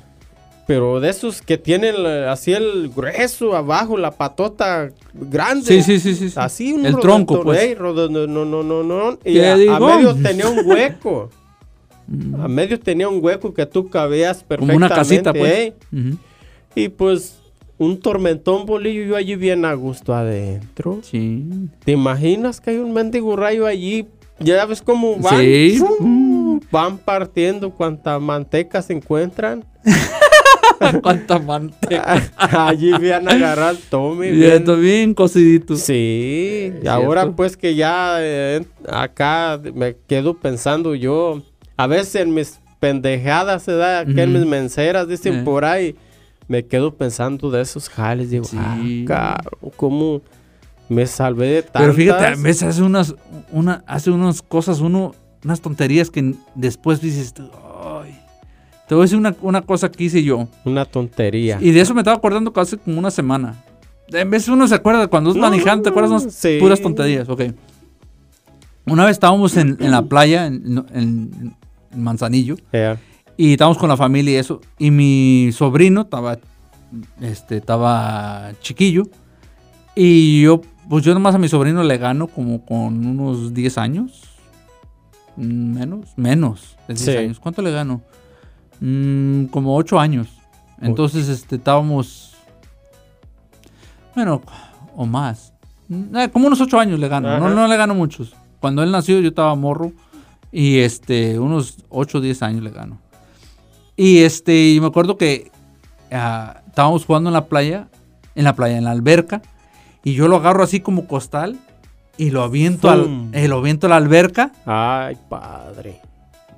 [SPEAKER 7] Pero de esos que tienen la- así el grueso abajo, la patota grande.
[SPEAKER 8] Sí, sí, sí, sí, sí.
[SPEAKER 7] Así un
[SPEAKER 8] El tronco,
[SPEAKER 7] rodondo-
[SPEAKER 8] pues.
[SPEAKER 7] ey, rodondo- no, no, no, no. Y
[SPEAKER 8] ¿Qué
[SPEAKER 7] a, a
[SPEAKER 8] digo? Mm.
[SPEAKER 7] medio tenía un hueco. a medio tenía un hueco que tú cabías
[SPEAKER 8] Como
[SPEAKER 7] perfectamente.
[SPEAKER 8] una casita, pues.
[SPEAKER 7] ey.
[SPEAKER 8] Ujú.
[SPEAKER 7] Y pues un tormentón bolillo yo allí bien a gusto adentro.
[SPEAKER 8] Sí.
[SPEAKER 7] ¿Te imaginas que hay un mendigo rayo allí? Ya ves cómo van.
[SPEAKER 8] Sí.
[SPEAKER 7] ¡fum! Van partiendo cuanta manteca se encuentran.
[SPEAKER 8] ¿Cuánta manteca?
[SPEAKER 7] Allí van a agarrar Tommy. bien.
[SPEAKER 8] Bien, bien cocidito.
[SPEAKER 7] Sí, y
[SPEAKER 8] cierto.
[SPEAKER 7] ahora pues que ya eh, acá me quedo pensando yo, a veces en mis pendejadas, se da que en mis menceras dicen
[SPEAKER 8] Eh.
[SPEAKER 7] por ahí, me quedo pensando de esos jales, digo,
[SPEAKER 8] Sí.
[SPEAKER 7] ah, cabrón, cómo me salvé de tantas.
[SPEAKER 8] Pero fíjate, a veces hace unas, una, hace unas cosas, uno, unas tonterías que n- después dices, tú, "Ay". te voy a decir una, una cosa que hice yo.
[SPEAKER 7] una tontería.
[SPEAKER 8] Y de eso me estaba acordando hace como una semana. En vez uno se acuerda, cuando es
[SPEAKER 7] No,
[SPEAKER 8] manejante, te acuerdas unas
[SPEAKER 7] sí.
[SPEAKER 8] puras tonterías, ok. Una vez estábamos en, en la playa, en, en- en Manzanillo,
[SPEAKER 7] Eh,
[SPEAKER 8] y estábamos con la familia y eso. Y mi sobrino estaba, este, estaba chiquillo. Y yo, pues yo nomás a mi sobrino le gano como con unos 10 años. Mm, Menos, menos de 10
[SPEAKER 7] Sí.
[SPEAKER 8] años. ¿Cuánto le gano? Mm, como 8 años. Entonces, este, estábamos. Bueno, o más. Mm, eh, Como unos 8 años le gano. No,
[SPEAKER 7] Ajá.
[SPEAKER 8] no le gano muchos. Cuando él nació, yo estaba morro. Y este, unos 8 o 10 años le gano. Y este, y me acuerdo que ah, estábamos jugando en la playa, en la playa, en la alberca, y yo lo agarro así como costal y lo aviento, al,
[SPEAKER 7] ¡Fum!
[SPEAKER 8] eh, lo aviento a la alberca,
[SPEAKER 7] Ay, padre.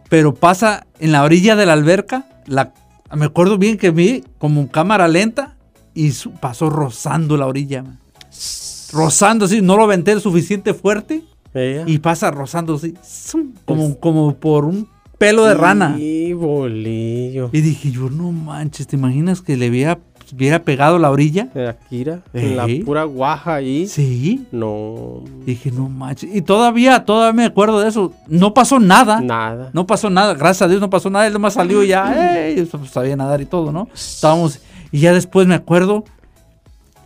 [SPEAKER 8] pero pasa en la orilla de la alberca, la, me acuerdo bien que vi como cámara lenta y su- pasó rozando la orilla. man. Rozando así, no lo aventé lo suficiente fuerte
[SPEAKER 7] Ella.
[SPEAKER 8] y pasa rozando así, zum, como, como por un pelo de rana.
[SPEAKER 7] Y bolillo.
[SPEAKER 8] Y dije yo, no manches, ¿te imaginas que le hubiera, hubiera pegado la orilla?
[SPEAKER 7] Eh, Akira, en la
[SPEAKER 8] Ey.
[SPEAKER 7] pura guaja ahí.
[SPEAKER 8] Sí.
[SPEAKER 7] No,
[SPEAKER 8] Dije, no manches. Y todavía, todavía me acuerdo de eso. No pasó nada.
[SPEAKER 7] nada.
[SPEAKER 8] No pasó nada. Gracias a Dios no pasó nada. Él nomás salió y ya. ¡ey! Pues, sabía nadar y todo, ¿no? Estábamos. Y ya después me acuerdo.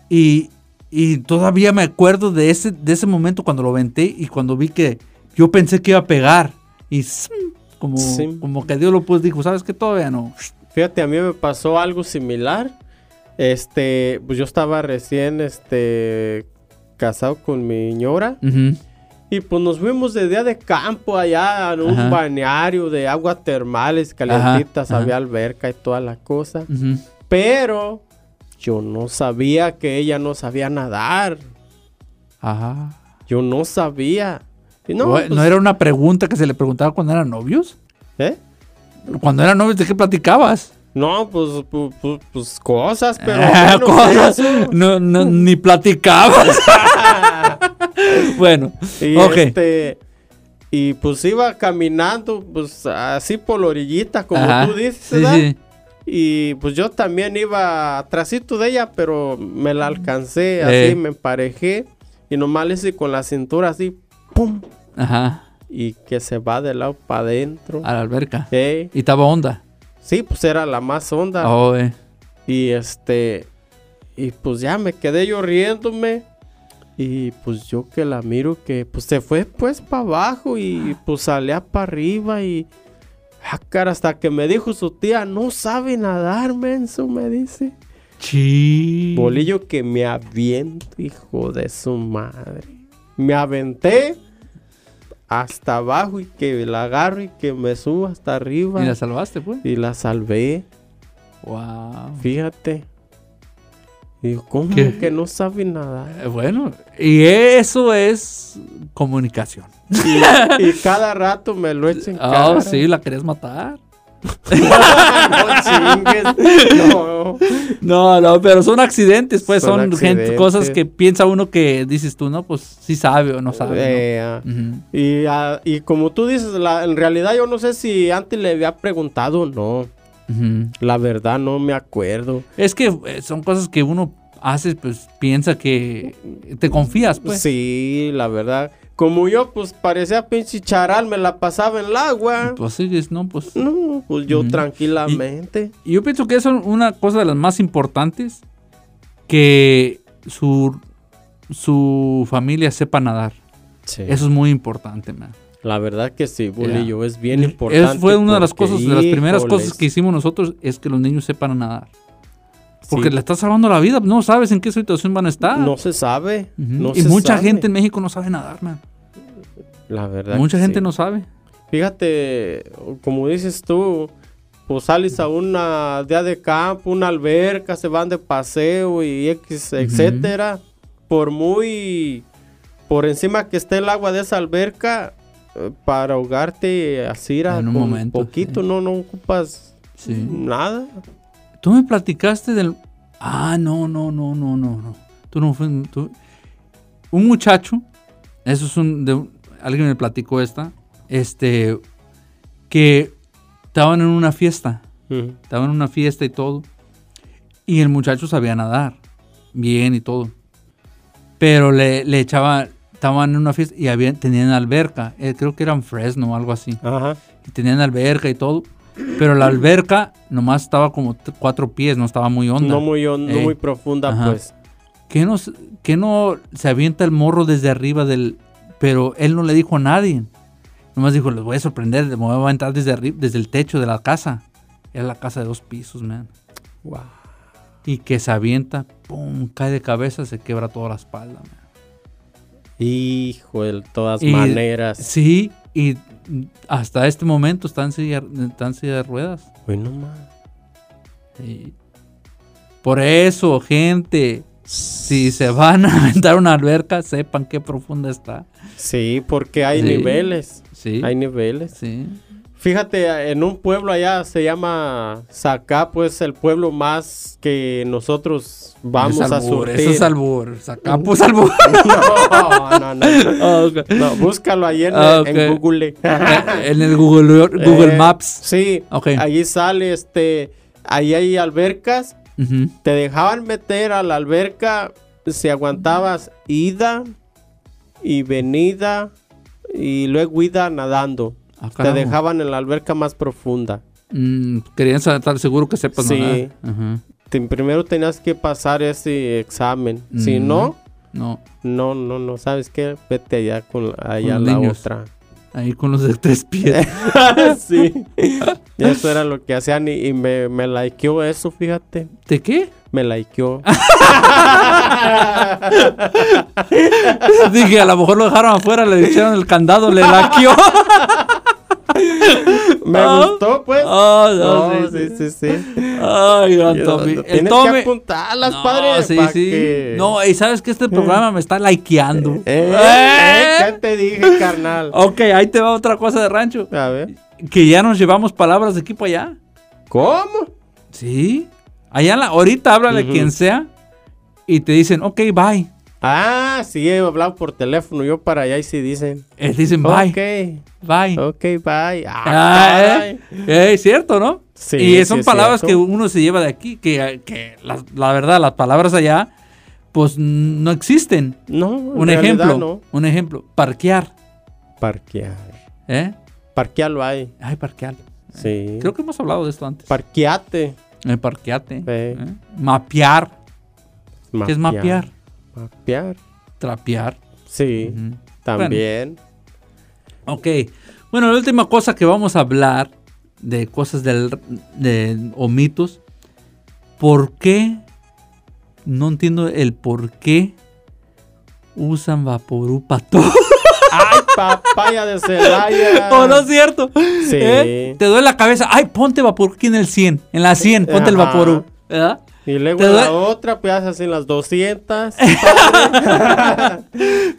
[SPEAKER 8] Y, y todavía me acuerdo de ese, de ese momento cuando lo venté y cuando vi que yo pensé que iba a pegar. Y ¡zum! como,
[SPEAKER 7] Sí.
[SPEAKER 8] como que Dios lo pues dijo, ¿sabes qué? Todavía no.
[SPEAKER 7] Fíjate, a mí me pasó algo similar. Este, pues yo estaba recién, este, casado con mi ñora.
[SPEAKER 8] Ujú.
[SPEAKER 7] Y pues nos fuimos de día de campo allá a un
[SPEAKER 8] Ajá.
[SPEAKER 7] balneario de aguas termales calientitas.
[SPEAKER 8] ajá. Mm.
[SPEAKER 7] Había alberca y toda la cosa.
[SPEAKER 8] Ujú.
[SPEAKER 7] Pero yo no sabía que ella no sabía nadar.
[SPEAKER 8] Ajá.
[SPEAKER 7] Yo no sabía. Y no,
[SPEAKER 8] No,
[SPEAKER 7] pues,
[SPEAKER 8] era una pregunta que se le preguntaba cuando eran novios?
[SPEAKER 7] ¿eh?
[SPEAKER 8] Cuando eran novios, ¿de qué platicabas?
[SPEAKER 7] No, pues, pu- pu- pues, cosas, pero...
[SPEAKER 8] Ah,
[SPEAKER 7] bueno, pues,
[SPEAKER 8] cosas.
[SPEAKER 7] eso.
[SPEAKER 8] No, no, ni platicabas. bueno,
[SPEAKER 7] Y
[SPEAKER 8] ok.
[SPEAKER 7] este, y pues iba caminando, pues así por la orillita, como
[SPEAKER 8] Ajá.
[SPEAKER 7] tú dices,
[SPEAKER 8] Sí,
[SPEAKER 7] ¿verdad?
[SPEAKER 8] sí.
[SPEAKER 7] Y pues yo también iba atrásito de ella, pero me la alcancé,
[SPEAKER 8] Eh.
[SPEAKER 7] así me emparejé. Y nomás le hice con la cintura así, ¡pum!
[SPEAKER 8] Ajá,
[SPEAKER 7] Y que se va de lado para adentro.
[SPEAKER 8] a la alberca.
[SPEAKER 7] Ey,
[SPEAKER 8] Y estaba onda.
[SPEAKER 7] Sí, pues era la más honda.
[SPEAKER 8] Oh, eh.
[SPEAKER 7] Y este. Y pues ya me quedé yo riéndome. Y pues yo que la miro que pues se fue pues para abajo y pues salía para arriba y. Ah, cara, hasta que me dijo su tía, no sabe nadar, menso, me dice.
[SPEAKER 8] Chi.
[SPEAKER 7] Bolillo que me aviento, hijo de su madre. Me aventé hasta abajo y que la agarro y que me suba hasta arriba.
[SPEAKER 8] Y la salvaste, pues.
[SPEAKER 7] y la salvé.
[SPEAKER 8] Wow.
[SPEAKER 7] Fíjate. Digo, ¿cómo
[SPEAKER 8] ¿Qué?
[SPEAKER 7] que no sabe nada?
[SPEAKER 8] Bueno, y eso es comunicación.
[SPEAKER 7] Y, y cada rato me lo echan en
[SPEAKER 8] Ah,
[SPEAKER 7] cara.
[SPEAKER 8] sí, la querías matar.
[SPEAKER 7] no chingues. No.
[SPEAKER 8] No, no, pero son accidentes, pues son,
[SPEAKER 7] Son
[SPEAKER 8] gente- cosas
[SPEAKER 7] accidentes.
[SPEAKER 8] que piensa uno que dices tú, no, pues sí sabe o no sabe.
[SPEAKER 7] Eh, ah.
[SPEAKER 8] ¿no? Ujú.
[SPEAKER 7] y, ah, y como tú dices, la- en realidad yo no sé si antes le había preguntado o no.
[SPEAKER 8] Ujú.
[SPEAKER 7] La verdad no me acuerdo.
[SPEAKER 8] Es que eh, son cosas que uno hace, pues piensa que te confías, pues.
[SPEAKER 7] Sí, la verdad. Como yo, pues parecía pinche charal, me la pasaba en el agua.
[SPEAKER 8] Pues sí, es- no, pues.
[SPEAKER 7] No, pues yo
[SPEAKER 8] Ujú.
[SPEAKER 7] tranquilamente.
[SPEAKER 8] Y yo pienso que eso es una cosa de las más importantes, que su, su familia sepa nadar.
[SPEAKER 7] Sí.
[SPEAKER 8] Eso es muy importante, man.
[SPEAKER 7] La verdad que sí, Bolillo, es bien
[SPEAKER 8] Es-
[SPEAKER 7] importante.
[SPEAKER 8] fue una de las
[SPEAKER 7] porque,
[SPEAKER 8] cosas, de las primeras cosas
[SPEAKER 7] híjoles,
[SPEAKER 8] que hicimos nosotros, es que los niños sepan nadar. Porque
[SPEAKER 7] sí,
[SPEAKER 8] le estás salvando la ah. vida, no sabes en qué situación van a estar.
[SPEAKER 7] no se sabe.
[SPEAKER 8] Ujú.
[SPEAKER 7] no
[SPEAKER 8] y
[SPEAKER 7] se
[SPEAKER 8] mucha
[SPEAKER 7] sabe.
[SPEAKER 8] gente en México no sabe nadar, man.
[SPEAKER 7] La verdad.
[SPEAKER 8] Mucha
[SPEAKER 7] que
[SPEAKER 8] gente
[SPEAKER 7] sí.
[SPEAKER 8] no sabe.
[SPEAKER 7] Fíjate, como dices tú, pues sales a una día de campo, una alberca, se van de paseo y X, etcétera. Por muy por encima que esté el agua de esa alberca, eh, para ahogarte así era
[SPEAKER 8] En un
[SPEAKER 7] con
[SPEAKER 8] momento,
[SPEAKER 7] poquito,
[SPEAKER 8] sí.
[SPEAKER 7] no, no ocupas
[SPEAKER 8] Sí.
[SPEAKER 7] nada.
[SPEAKER 8] Tú me platicaste del... Ah, no, no, no, no, no, no. Tú no fue... tú- Un muchacho, eso es un... de un- Alguien me platicó esta, este, que estaban en una fiesta.
[SPEAKER 7] Ujú.
[SPEAKER 8] Estaban en una fiesta y todo. Y el muchacho sabía nadar. Bien y todo. Pero le, le echaba... Estaban en una fiesta y había, tenían alberca. Eh, creo que eran Fresno o algo así
[SPEAKER 7] Ajá.
[SPEAKER 8] y tenían alberca y todo. Pero la alberca nomás estaba como t- cuatro pies, no estaba muy honda.
[SPEAKER 7] No muy, hon- no
[SPEAKER 8] Ey.
[SPEAKER 7] muy profunda,
[SPEAKER 8] Eh. Ajá.
[SPEAKER 7] pues.
[SPEAKER 8] ¿Qué no, s- qué no se avienta el morro desde arriba del... Pero él no le dijo a nadie. Nomás dijo, les voy a sorprender, me voy a aventar desde arriba, desde el techo de la casa. Era la casa de dos pisos, man.
[SPEAKER 7] Wow.
[SPEAKER 8] Y que se avienta, pum, cae de cabeza, se quebra toda la espalda, man.
[SPEAKER 7] Hijo, de todas
[SPEAKER 8] Y-
[SPEAKER 7] maneras.
[SPEAKER 8] Sí, y mm, hasta este momento está en silla, está en silla de ruedas.
[SPEAKER 7] Hoy no más.
[SPEAKER 8] Sí. Este, Por eso, gente, si se van a aventar una alberca, sepan qué profunda está.
[SPEAKER 7] Sí, porque hay
[SPEAKER 8] Sí.
[SPEAKER 7] niveles.
[SPEAKER 8] Sí.
[SPEAKER 7] Hay niveles.
[SPEAKER 8] Sí.
[SPEAKER 7] Fíjate, en un pueblo allá se llama Sacá, pues el pueblo más que nosotros vamos
[SPEAKER 8] Es
[SPEAKER 7] a
[SPEAKER 8] albur,
[SPEAKER 7] surtir.
[SPEAKER 8] Eso es albur. Sacapo es albur.
[SPEAKER 7] no, no, no. No, búscalo ahí en,
[SPEAKER 8] Ah,
[SPEAKER 7] en
[SPEAKER 8] ok.
[SPEAKER 7] Google.
[SPEAKER 8] en el Google, Google
[SPEAKER 7] Eh,
[SPEAKER 8] Maps.
[SPEAKER 7] Sí.
[SPEAKER 8] Ok.
[SPEAKER 7] Allí sale este. Ahí hay albercas.
[SPEAKER 8] Ujú.
[SPEAKER 7] Te dejaban meter a la alberca si aguantabas ida y venida y luego ida nadando.
[SPEAKER 8] Ah,
[SPEAKER 7] Te
[SPEAKER 8] carajo.
[SPEAKER 7] dejaban en la alberca más profunda.
[SPEAKER 8] Mm, querían sa- estar seguro que sepas
[SPEAKER 7] Sí.
[SPEAKER 8] nadar. Ajá.
[SPEAKER 7] Te- primero tenías que pasar ese examen. Si
[SPEAKER 8] Mm.
[SPEAKER 7] no,
[SPEAKER 8] No,
[SPEAKER 7] no, no, no, ¿sabes qué? Vete allá con allá
[SPEAKER 8] Con los
[SPEAKER 7] la
[SPEAKER 8] niños.
[SPEAKER 7] otra.
[SPEAKER 8] ahí con los de tres pies.
[SPEAKER 7] Eh. sí. eso era lo que hacían y, y me, me likeó eso, fíjate.
[SPEAKER 8] ¿De qué?
[SPEAKER 7] Me likeó.
[SPEAKER 8] Dije, a lo mejor lo dejaron afuera, le echaron el candado, le laqueó.
[SPEAKER 7] me
[SPEAKER 8] Ah.
[SPEAKER 7] gustó, pues.
[SPEAKER 8] Ah, no,
[SPEAKER 7] No,
[SPEAKER 8] sí,
[SPEAKER 7] sí, sí, sí.
[SPEAKER 8] Ay, gran
[SPEAKER 7] Yo-
[SPEAKER 8] Tommy.
[SPEAKER 7] lo
[SPEAKER 8] El
[SPEAKER 7] Tienes que
[SPEAKER 8] Tommy.
[SPEAKER 7] apuntarlas,
[SPEAKER 8] No,
[SPEAKER 7] padre.
[SPEAKER 8] sí,
[SPEAKER 7] pa'
[SPEAKER 8] sí.
[SPEAKER 7] que-
[SPEAKER 8] No, y sabes que este programa me está likeando.
[SPEAKER 7] Eh, eh,
[SPEAKER 8] ¡Eh! Oh.
[SPEAKER 7] ya te dije, carnal.
[SPEAKER 8] Ok, ahí te va otra cosa de rancho.
[SPEAKER 7] A ver.
[SPEAKER 8] Que ya nos llevamos palabras de aquí para allá.
[SPEAKER 7] ¿Cómo?
[SPEAKER 8] Sí. Allá en la, ahorita háblale
[SPEAKER 7] Ujú.
[SPEAKER 8] quien sea y te dicen, ok, bye.
[SPEAKER 7] Ah, sí, he hablado por teléfono. Yo para allá y sí dicen.
[SPEAKER 8] Eh, dicen, bye,
[SPEAKER 7] Ok.
[SPEAKER 8] bye.
[SPEAKER 7] Ok, bye. Ah,
[SPEAKER 8] Ah,
[SPEAKER 7] caray.
[SPEAKER 8] eh. Eh, es cierto, ¿no?
[SPEAKER 7] Sí,
[SPEAKER 8] y son
[SPEAKER 7] sí es
[SPEAKER 8] palabras
[SPEAKER 7] cierto.
[SPEAKER 8] que uno se lleva de aquí, que, que la, la verdad, las palabras allá, pues no existen.
[SPEAKER 7] No,
[SPEAKER 8] Un ejemplo, un ejemplo, parquear,
[SPEAKER 7] Parquear.
[SPEAKER 8] ¿eh?
[SPEAKER 7] Parquearlo ahí.
[SPEAKER 8] Ay, parquear.
[SPEAKER 7] Sí.
[SPEAKER 8] Creo que hemos hablado de esto antes.
[SPEAKER 7] Parqueate.
[SPEAKER 8] Eh, parqueate.
[SPEAKER 7] Eh.
[SPEAKER 8] ¿eh? Mapear. ¿Qué es mapear?
[SPEAKER 7] Mapear.
[SPEAKER 8] Trapear.
[SPEAKER 7] Sí,
[SPEAKER 8] Ujú.
[SPEAKER 7] también.
[SPEAKER 8] Ok. Bueno, la última cosa que vamos a hablar de cosas del, de, o mitos. ¿Por qué? No entiendo el por qué usan vaporú para todo.
[SPEAKER 7] ¡Ay, papaya de Celaya!
[SPEAKER 8] ¿O Oh, no es cierto?
[SPEAKER 7] Sí.
[SPEAKER 8] ¿Eh? Te duele la cabeza. Ay, ponte vaporú aquí en el 100. En la 100, ponte el
[SPEAKER 7] Ajá.
[SPEAKER 8] vaporú. ¿Verdad?
[SPEAKER 7] Y luego
[SPEAKER 8] Te
[SPEAKER 7] la
[SPEAKER 8] duele-
[SPEAKER 7] otra, pues haces en las 200.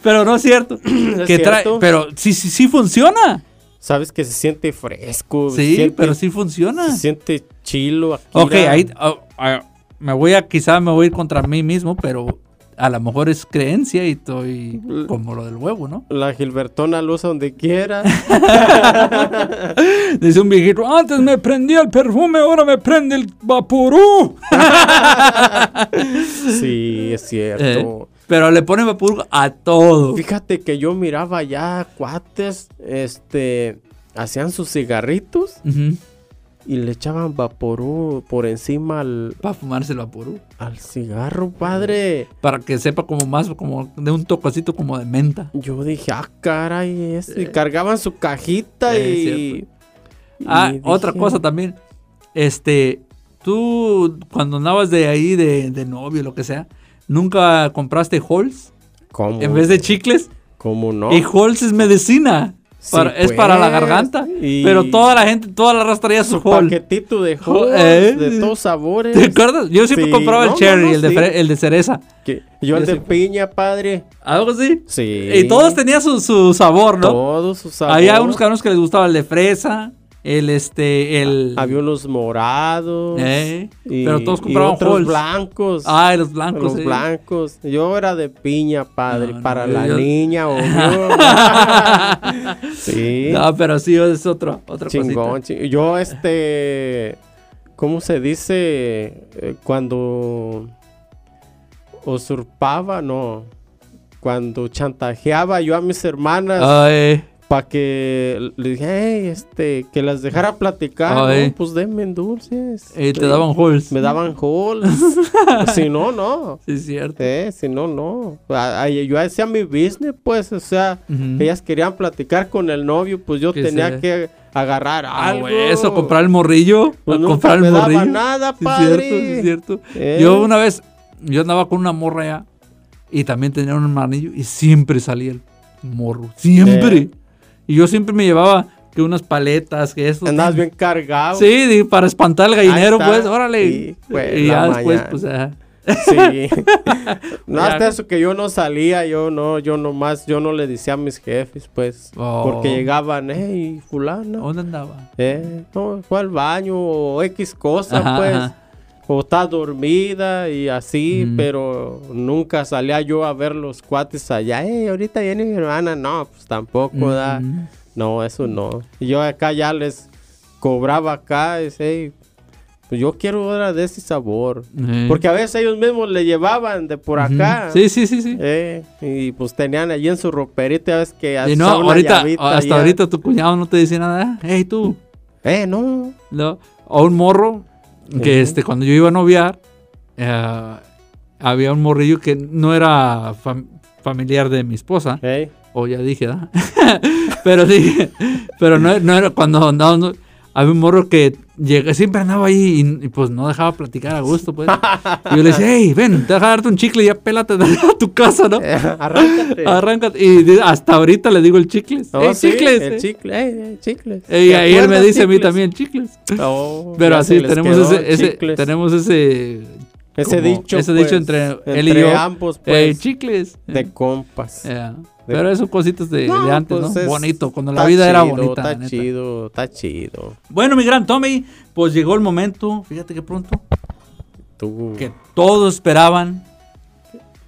[SPEAKER 8] Pero no es cierto.
[SPEAKER 7] es
[SPEAKER 8] que trae-
[SPEAKER 7] cierto.
[SPEAKER 8] pero sí, sí, sí funciona.
[SPEAKER 7] Sabes que se siente fresco.
[SPEAKER 8] Sí,
[SPEAKER 7] siente-
[SPEAKER 8] pero sí funciona.
[SPEAKER 7] Se siente chilo. Akira.
[SPEAKER 8] Ok, ahí ah, ah, me voy a, quizá me voy a ir contra mí mismo, pero a lo mejor es creencia y estoy como lo del huevo, ¿no?
[SPEAKER 7] La Gilbertona lo usa donde quiera.
[SPEAKER 8] Dice un viejito, antes me prendía el perfume, ahora me prende el vaporú.
[SPEAKER 7] sí, es cierto.
[SPEAKER 8] Eh, pero le ponen vaporú a todo.
[SPEAKER 7] Fíjate que yo miraba ya cuates, este, hacían sus cigarritos
[SPEAKER 8] Ujú,
[SPEAKER 7] y le echaban vaporú por encima al,
[SPEAKER 8] Para fumarse el vaporú.
[SPEAKER 7] al cigarro, padre.
[SPEAKER 8] Para que sepa como más, como de un tococito como de menta.
[SPEAKER 7] Yo dije, ah, caray, es. Y cargaban su cajita
[SPEAKER 8] Eh,
[SPEAKER 7] y.
[SPEAKER 8] Ah,
[SPEAKER 7] y
[SPEAKER 8] otra
[SPEAKER 7] dije,
[SPEAKER 8] cosa también. Este, tú cuando andabas de ahí de, de novio, lo que sea, ¿nunca compraste Halls
[SPEAKER 7] ¿Cómo?
[SPEAKER 8] en vez de chicles?
[SPEAKER 7] ¿Cómo Oh. no?
[SPEAKER 8] Y Halls es medicina.
[SPEAKER 7] Sí,
[SPEAKER 8] Para- es para la
[SPEAKER 7] pues,
[SPEAKER 8] garganta.
[SPEAKER 7] y-
[SPEAKER 8] Pero toda la gente, toda la raza traía su Halls.
[SPEAKER 7] Paquetito de
[SPEAKER 8] Jo-
[SPEAKER 7] jugos,
[SPEAKER 8] eh.
[SPEAKER 7] de todos sabores.
[SPEAKER 8] ¿Te acuerdas? Yo siempre
[SPEAKER 7] Sí,
[SPEAKER 8] compraba
[SPEAKER 7] no,
[SPEAKER 8] el
[SPEAKER 7] no,
[SPEAKER 8] cherry,
[SPEAKER 7] no,
[SPEAKER 8] el, de
[SPEAKER 7] sí.
[SPEAKER 8] fre- el de cereza.
[SPEAKER 7] Que- yo el de
[SPEAKER 8] Yo sí.
[SPEAKER 7] piña, padre.
[SPEAKER 8] Algo así.
[SPEAKER 7] Sí.
[SPEAKER 8] Y todos tenían su, su sabor, ¿no?
[SPEAKER 7] Todos sus sabores.
[SPEAKER 8] Había unos cabrones que les gustaba el de fresa, el este, el.
[SPEAKER 7] Había unos morados.
[SPEAKER 8] Eh,
[SPEAKER 7] y-
[SPEAKER 8] pero todos
[SPEAKER 7] y
[SPEAKER 8] compraban
[SPEAKER 7] otros
[SPEAKER 8] Halls.
[SPEAKER 7] blancos.
[SPEAKER 8] Ah, y los blancos.
[SPEAKER 7] Los
[SPEAKER 8] eh.
[SPEAKER 7] blancos. Yo era de piña, padre.
[SPEAKER 8] No, no,
[SPEAKER 7] para
[SPEAKER 8] yo-
[SPEAKER 7] la
[SPEAKER 8] yo-
[SPEAKER 7] niña, obvio. sí.
[SPEAKER 8] No, pero sí, es otro, otra
[SPEAKER 7] Chingón,
[SPEAKER 8] cosita.
[SPEAKER 7] ching- Yo, este. ¿Cómo se dice? Eh, cuando. Usurpaba, no. Cuando chantajeaba yo a mis hermanas
[SPEAKER 8] Ay,
[SPEAKER 7] para que le dije, "Hey, este, que las dejara platicar, ¿no?
[SPEAKER 8] Ay.
[SPEAKER 7] pues denme dulces.
[SPEAKER 8] eh, te
[SPEAKER 7] Sí.
[SPEAKER 8] daban holes.
[SPEAKER 7] Me daban holes. si no, no.
[SPEAKER 8] Sí, es cierto.
[SPEAKER 7] Eh, si no, no. A- a- yo hacía mi business, pues, o sea,
[SPEAKER 8] Ujú.
[SPEAKER 7] ellas querían platicar con el novio, pues yo
[SPEAKER 8] Que
[SPEAKER 7] tenía
[SPEAKER 8] se-
[SPEAKER 7] que agarrar
[SPEAKER 8] Ah,
[SPEAKER 7] algo.
[SPEAKER 8] güey, eso, comprar el morrillo.
[SPEAKER 7] Pues nunca
[SPEAKER 8] comprar el
[SPEAKER 7] me daba
[SPEAKER 8] morrillo.
[SPEAKER 7] nada,
[SPEAKER 8] Sí,
[SPEAKER 7] padre.
[SPEAKER 8] es cierto, sí, es cierto.
[SPEAKER 7] Eh.
[SPEAKER 8] Yo una vez, yo andaba con una morra ya y también tenía un hermanillo y siempre salía el morro. Siempre.
[SPEAKER 7] Eh.
[SPEAKER 8] Y yo siempre me llevaba que unas paletas, que eso.
[SPEAKER 7] Andabas bien cargado.
[SPEAKER 8] Sí, di- para espantar al gallinero,
[SPEAKER 7] está.
[SPEAKER 8] pues, órale.
[SPEAKER 7] Sí, güey,
[SPEAKER 8] y ya
[SPEAKER 7] la
[SPEAKER 8] después,
[SPEAKER 7] mañana.
[SPEAKER 8] pues, ajá.
[SPEAKER 7] Sí. no,
[SPEAKER 8] Ya.
[SPEAKER 7] hasta eso que yo no salía, yo no, yo nomás, yo no le decía a mis jefes, pues,
[SPEAKER 8] Oh.
[SPEAKER 7] porque llegaban, hey, fulano,
[SPEAKER 8] ¿Dónde andaba?
[SPEAKER 7] eh, no, fue al baño o X cosa,
[SPEAKER 8] Ajá,
[SPEAKER 7] pues.
[SPEAKER 8] ajá.
[SPEAKER 7] O está dormida y así,
[SPEAKER 8] Mm.
[SPEAKER 7] pero nunca salía yo a ver los cuates allá. Hey, ahorita viene mi hermana. No, pues tampoco, da.
[SPEAKER 8] Mm.
[SPEAKER 7] No, eso no. Y Yo acá ya les cobraba acá, es, "Ey, pues yo quiero hora de ese sabor.
[SPEAKER 8] Eh.
[SPEAKER 7] Porque a veces ellos mismos le llevaban de por
[SPEAKER 8] Ujú.
[SPEAKER 7] acá.
[SPEAKER 8] Sí, sí, sí, sí.
[SPEAKER 7] Eh, y pues tenían allí en su roperita, ya ves que
[SPEAKER 8] y
[SPEAKER 7] hacía
[SPEAKER 8] no,
[SPEAKER 7] una
[SPEAKER 8] ahorita,
[SPEAKER 7] llavita
[SPEAKER 8] hasta
[SPEAKER 7] allá.
[SPEAKER 8] ahorita tu cuñado no te dice nada. Hey, tú.
[SPEAKER 7] Eh, no.
[SPEAKER 8] ¿no? O un morro que
[SPEAKER 7] Ujú.
[SPEAKER 8] este, cuando yo iba a noviar, eh, había un morrillo que no era fam- familiar de mi esposa,
[SPEAKER 7] Eh,
[SPEAKER 8] o ya dije, ¿verdad? pero sí, pero no, no era cuando andábamos. no- había un morro que llega, siempre andaba ahí y, y, pues no dejaba platicar a gusto, pues. Y yo le decía, hey, ven, te deja darte un chicle y ya pélate a tu casa, ¿no?
[SPEAKER 7] arráncate.
[SPEAKER 8] Arráncate. Y de- hasta ahorita le digo Ah, el chicles.
[SPEAKER 7] Oh,
[SPEAKER 8] "Ey,
[SPEAKER 7] sí,
[SPEAKER 8] chicles, eh".
[SPEAKER 7] El chicle, eh, eh, chicles.
[SPEAKER 8] Y
[SPEAKER 7] ¿Te
[SPEAKER 8] ahí él me
[SPEAKER 7] acuerdas,
[SPEAKER 8] dice a mí
[SPEAKER 7] chicles?
[SPEAKER 8] también chicles.
[SPEAKER 7] Oh,
[SPEAKER 8] Pero
[SPEAKER 7] ya se
[SPEAKER 8] así
[SPEAKER 7] les
[SPEAKER 8] tenemos
[SPEAKER 7] quedó,
[SPEAKER 8] ese, ese-
[SPEAKER 7] chicles.
[SPEAKER 8] tenemos ese
[SPEAKER 7] Ese
[SPEAKER 8] como-
[SPEAKER 7] dicho,
[SPEAKER 8] ese
[SPEAKER 7] pues,
[SPEAKER 8] dicho entre él y
[SPEAKER 7] entre
[SPEAKER 8] yo.
[SPEAKER 7] ambos,
[SPEAKER 8] eh,
[SPEAKER 7] pues,
[SPEAKER 8] chicles.
[SPEAKER 7] de compas.
[SPEAKER 8] Yeah. Pero eso cositas de,
[SPEAKER 7] No,
[SPEAKER 8] de antes,
[SPEAKER 7] pues
[SPEAKER 8] ¿no?
[SPEAKER 7] es-
[SPEAKER 8] Bonito, cuando la
[SPEAKER 7] está
[SPEAKER 8] vida era
[SPEAKER 7] chido,
[SPEAKER 8] bonita. la
[SPEAKER 7] Está
[SPEAKER 8] neta.
[SPEAKER 7] chido, está chido.
[SPEAKER 8] Bueno, mi gran Tommy, pues llegó el momento, fíjate que pronto,
[SPEAKER 7] Tú.
[SPEAKER 8] que todos esperaban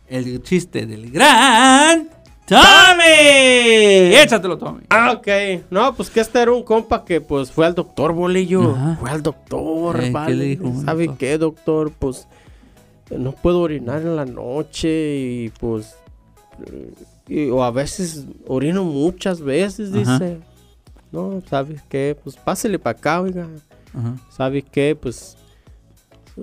[SPEAKER 8] el chiste del gran Tommy. Échatelo, Tommy.
[SPEAKER 7] Ah, ok. No, pues que este era un compa que pues fue al doctor Bolillo.
[SPEAKER 8] Ajá.
[SPEAKER 7] Fue al doctor,
[SPEAKER 8] Eh, ¿qué
[SPEAKER 7] vale.
[SPEAKER 8] le dijo el
[SPEAKER 7] ¿Sabe
[SPEAKER 8] doctor?
[SPEAKER 7] qué, doctor? Pues no puedo orinar en la noche y pues... eh, y- o a veces orino muchas veces,
[SPEAKER 8] Ajá.
[SPEAKER 7] dice. No, ¿sabes qué? Pues pásele para acá, oiga.
[SPEAKER 8] Ajá.
[SPEAKER 7] ¿Sabe qué? Pues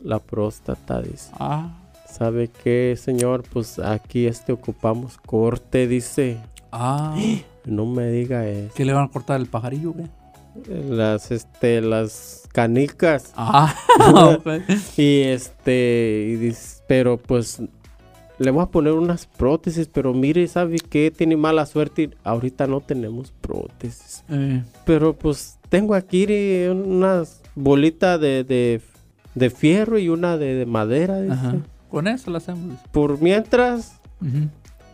[SPEAKER 7] la próstata, dice.
[SPEAKER 8] Ah,
[SPEAKER 7] ¿Sabe qué, señor? Pues aquí este ocupamos corte, dice.
[SPEAKER 8] ah.
[SPEAKER 7] No me diga eso.
[SPEAKER 8] ¿Qué le van a cortar el pajarillo, güey?
[SPEAKER 7] Las, este, las canicas.
[SPEAKER 8] Ah, ok.
[SPEAKER 7] Y este, y dis- pero pues le voy a poner unas prótesis, pero mire, ¿sabe qué? Tiene mala suerte. y Ahorita no tenemos prótesis.
[SPEAKER 8] Eh,
[SPEAKER 7] Pero pues tengo aquí eh, unas bolitas de, de- de fierro y una de, de madera. dice.
[SPEAKER 8] ajá. Con eso lo hacemos. dice.
[SPEAKER 7] Por mientras,
[SPEAKER 8] Ujú.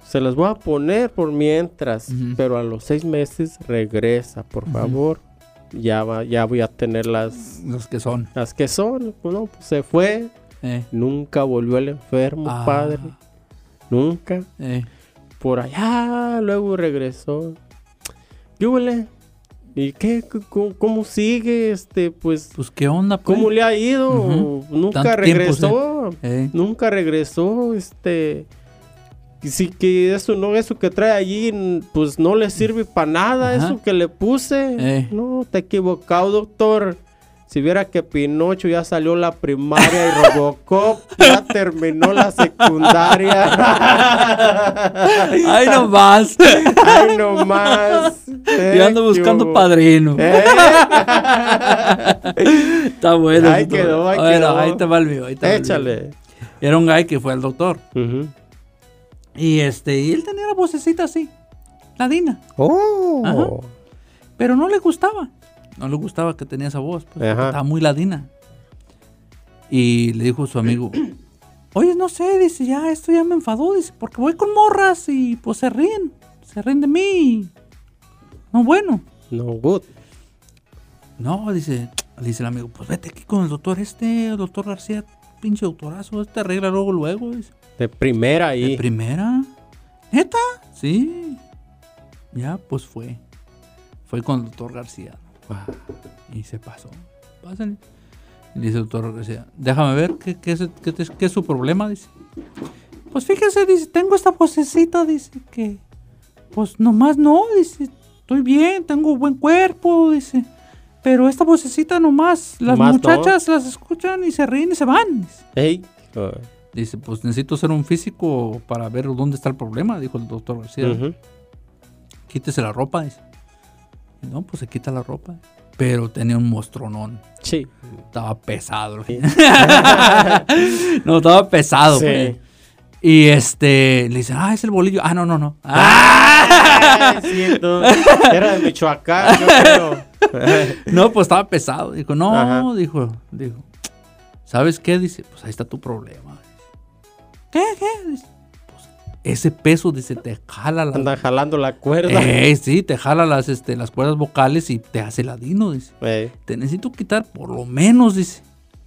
[SPEAKER 7] se las voy a poner por mientras.
[SPEAKER 8] Ujú.
[SPEAKER 7] Pero a los seis meses regresa, por favor. Ya, va, ya voy a tener las,
[SPEAKER 8] Los que son.
[SPEAKER 7] las que son. Bueno, pues, se fue.
[SPEAKER 8] Eh,
[SPEAKER 7] Nunca volvió el enfermo,
[SPEAKER 8] Ah.
[SPEAKER 7] padre. Nunca.
[SPEAKER 8] eh.
[SPEAKER 7] por allá, luego regresó. ¿Qué huele? ¿Y qué? C- ¿Cómo, cómo sigue? Este, pues,
[SPEAKER 8] Pues qué onda, pues?
[SPEAKER 7] ¿cómo le ha ido?
[SPEAKER 8] Ujú.
[SPEAKER 7] Nunca
[SPEAKER 8] Tanto tiempo,
[SPEAKER 7] regresó.
[SPEAKER 8] Eh,
[SPEAKER 7] Nunca regresó, este. y Sí que eso no, eso que trae allí, n- pues no le sirve para nada,
[SPEAKER 8] Ajá.
[SPEAKER 7] eso que le puse.
[SPEAKER 8] Eh.
[SPEAKER 7] No, te equivocado, doctor. Si viera que Pinocho ya salió la primaria y Robocop ya terminó la secundaria.
[SPEAKER 8] Ay, no más.
[SPEAKER 7] Ay, no más.
[SPEAKER 8] Yo ando
[SPEAKER 7] Eh,
[SPEAKER 8] buscando padrino. Está bueno.
[SPEAKER 7] Ahí
[SPEAKER 8] eso está
[SPEAKER 7] quedó, ahí
[SPEAKER 8] bueno. Bueno,
[SPEAKER 7] quedó.
[SPEAKER 8] ahí te va el mío, ahí te va el mío.
[SPEAKER 7] Échale.
[SPEAKER 8] Era un guy que fue al doctor. Y este, y él tenía la vocecita así, ladina.
[SPEAKER 7] Oh.
[SPEAKER 8] Pero no le gustaba. No le gustaba que tenía esa voz. pues, porque
[SPEAKER 7] Ajá.
[SPEAKER 8] estaba muy ladina. Y le dijo su amigo, oye, no sé, dice, ya, esto ya me enfadó, dice, porque voy con morras y pues se ríen. Se ríen de mí. No, bueno.
[SPEAKER 7] No good.
[SPEAKER 8] No, dice, le dice el amigo, pues vete aquí con el doctor este, el doctor García, pinche doctorazo, este arregla luego, luego, dice.
[SPEAKER 7] De primera
[SPEAKER 8] ¿De
[SPEAKER 7] ahí.
[SPEAKER 8] primera? ¿Neta? Sí. Ya, pues fue. Fue con el doctor García.
[SPEAKER 7] Ah.
[SPEAKER 8] Y se pasó. Pásenle. Y dice el doctor García, déjame ver qué, qué es, qué te- qué es su problema, dice. Pues fíjese, dice, tengo esta vocecita, dice, que pues nomás no, dice, estoy bien, tengo buen cuerpo, dice. Pero esta vocecita nomás, las
[SPEAKER 7] Nomás no.
[SPEAKER 8] muchachas las escuchan y se ríen y se van. dice.
[SPEAKER 7] Ey. Ah.
[SPEAKER 8] Dice, pues necesito ser un físico para ver dónde está el problema, dijo el doctor García.
[SPEAKER 7] Ujú.
[SPEAKER 8] Quítese la ropa, dice. Y No, pues se quita la ropa. Pero tenía un mostronón.
[SPEAKER 7] Sí.
[SPEAKER 8] Estaba pesado. el- no, estaba pesado.
[SPEAKER 7] Sí.
[SPEAKER 8] pues. Y este, le dice, ah, es el bolillo. Ah, no, no, no.
[SPEAKER 7] Ay, siento. Era de Michoacán, yo creo.
[SPEAKER 8] No, pues estaba pesado. Dijo, no,
[SPEAKER 7] Ajá.
[SPEAKER 8] dijo, dijo. ¿Sabes qué? Dice, pues ahí está tu problema. ¿Qué? ¿Qué? Dice, pues, ese peso, dice, te jala la
[SPEAKER 7] Andan jalando la cuerda.
[SPEAKER 8] Eh, sí, te jala las, este, las cuerdas vocales y te hace ladino, dice.
[SPEAKER 7] Ey.
[SPEAKER 8] Te necesito quitar por lo menos, dice.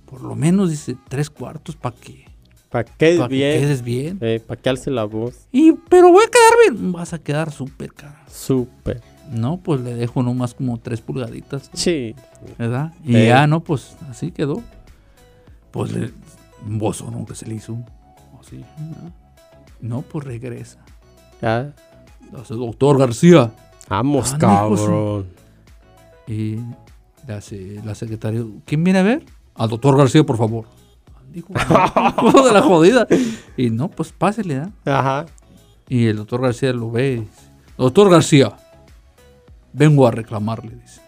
[SPEAKER 8] Por lo menos, dice, tres cuartos para que,
[SPEAKER 7] Pa' que
[SPEAKER 8] pa' que
[SPEAKER 7] bien.
[SPEAKER 8] quedes bien.
[SPEAKER 7] Ey, pa' que alce la voz.
[SPEAKER 8] Y, pero voy a quedar bien. Vas a quedar súper cara.
[SPEAKER 7] Súper.
[SPEAKER 8] No, pues le dejo nomás como tres pulgaditas,
[SPEAKER 7] Sí.
[SPEAKER 8] ¿verdad? Y
[SPEAKER 7] Eh.
[SPEAKER 8] ya, no, pues así quedó. Pues le, un bozonón que se le hizo. Así, ¿verdad? No, pues regresa.
[SPEAKER 7] Ya.
[SPEAKER 8] Entonces, doctor García.
[SPEAKER 7] Vamos,
[SPEAKER 8] Ah, no, hijo, sí.
[SPEAKER 7] cabrón.
[SPEAKER 8] Y la, se- la secretaria, ¿quién viene a ver? Al doctor García, por favor. Dijo, "No, de la jodida. Y no, pues pásele, ¿ah?
[SPEAKER 7] Ajá.
[SPEAKER 8] Y el doctor García lo ve y dice, doctor García, vengo a reclamarle, dice.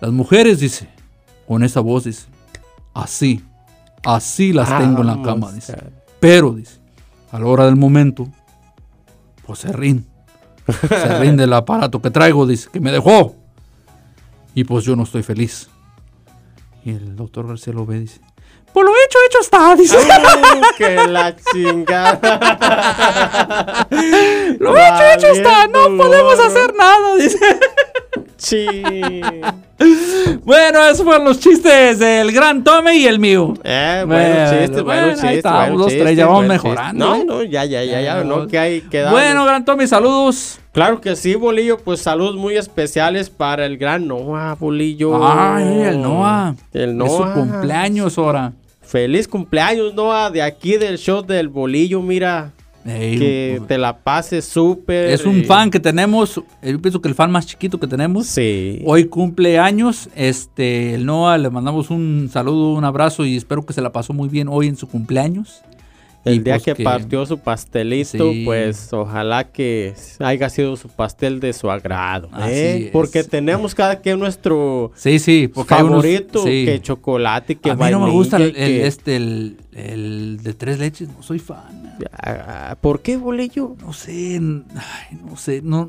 [SPEAKER 8] Las mujeres, dice, con esa voz, dice, así, así las tengo en la cama,
[SPEAKER 7] Vamos,
[SPEAKER 8] dice.
[SPEAKER 7] cara.
[SPEAKER 8] Pero, dice, a la hora del momento, pues se rinde. Se rinde el aparato que traigo, dice, que me dejó. Y pues yo no estoy feliz. Y el doctor García lo ve y dice, pues lo hecho, hecho está, dice.
[SPEAKER 7] ¡Ay, que la chingada.
[SPEAKER 8] Lo hecho, hecho Ah, está, no
[SPEAKER 7] Valiendo
[SPEAKER 8] podemos
[SPEAKER 7] gorro.
[SPEAKER 8] hacer nada, dice.
[SPEAKER 7] Sí.
[SPEAKER 8] Bueno, esos fueron los chistes del gran Tommy y el mío.
[SPEAKER 7] Eh,
[SPEAKER 8] Bueno,
[SPEAKER 7] bueno, chiste,
[SPEAKER 8] bueno, ahí
[SPEAKER 7] bueno, chiste.
[SPEAKER 8] está,
[SPEAKER 7] bueno,
[SPEAKER 8] unos
[SPEAKER 7] chiste,
[SPEAKER 8] tres ya vamos
[SPEAKER 7] buen
[SPEAKER 8] mejorando,
[SPEAKER 7] chiste.
[SPEAKER 8] ¿eh?
[SPEAKER 7] No, no, ya, ya, ya, ya, no, que hay que dar.
[SPEAKER 8] Bueno, gran Tommy, saludos.
[SPEAKER 7] claro que sí, Bolillo, pues saludos muy especiales para el gran Noah, Bolillo.
[SPEAKER 8] Ay, el Noah.
[SPEAKER 7] El
[SPEAKER 8] Es
[SPEAKER 7] Noah.
[SPEAKER 8] su cumpleaños ahora.
[SPEAKER 7] Feliz cumpleaños, Noah, de aquí del show del Bolillo, mira.
[SPEAKER 8] Ey,
[SPEAKER 7] Que te la pases súper.
[SPEAKER 8] es un
[SPEAKER 7] y-
[SPEAKER 8] fan que tenemos. eh, Yo pienso que el fan más chiquito que tenemos.
[SPEAKER 7] Sí.
[SPEAKER 8] Hoy cumple años. Este, el Noah, le mandamos un saludo, un abrazo y espero que se la pasó muy bien hoy en su cumpleaños. Y
[SPEAKER 7] El día
[SPEAKER 8] pues
[SPEAKER 7] que,
[SPEAKER 8] que-
[SPEAKER 7] partió su pastelito,
[SPEAKER 8] Sí.
[SPEAKER 7] pues ojalá que haya sido su pastel de su agrado.
[SPEAKER 8] Así
[SPEAKER 7] ¿eh?
[SPEAKER 8] es.
[SPEAKER 7] Porque tenemos cada quien nuestro
[SPEAKER 8] Sí, sí, porque hay unos-
[SPEAKER 7] favorito,
[SPEAKER 8] sí.
[SPEAKER 7] que chocolate, que
[SPEAKER 8] a mí no me gusta el,
[SPEAKER 7] vainilla,
[SPEAKER 8] el-
[SPEAKER 7] que-
[SPEAKER 8] este, el, el de tres leches, no soy fan.
[SPEAKER 7] Ah, ¿Por qué, bolillo?
[SPEAKER 8] No sé, n- ay, no sé, no.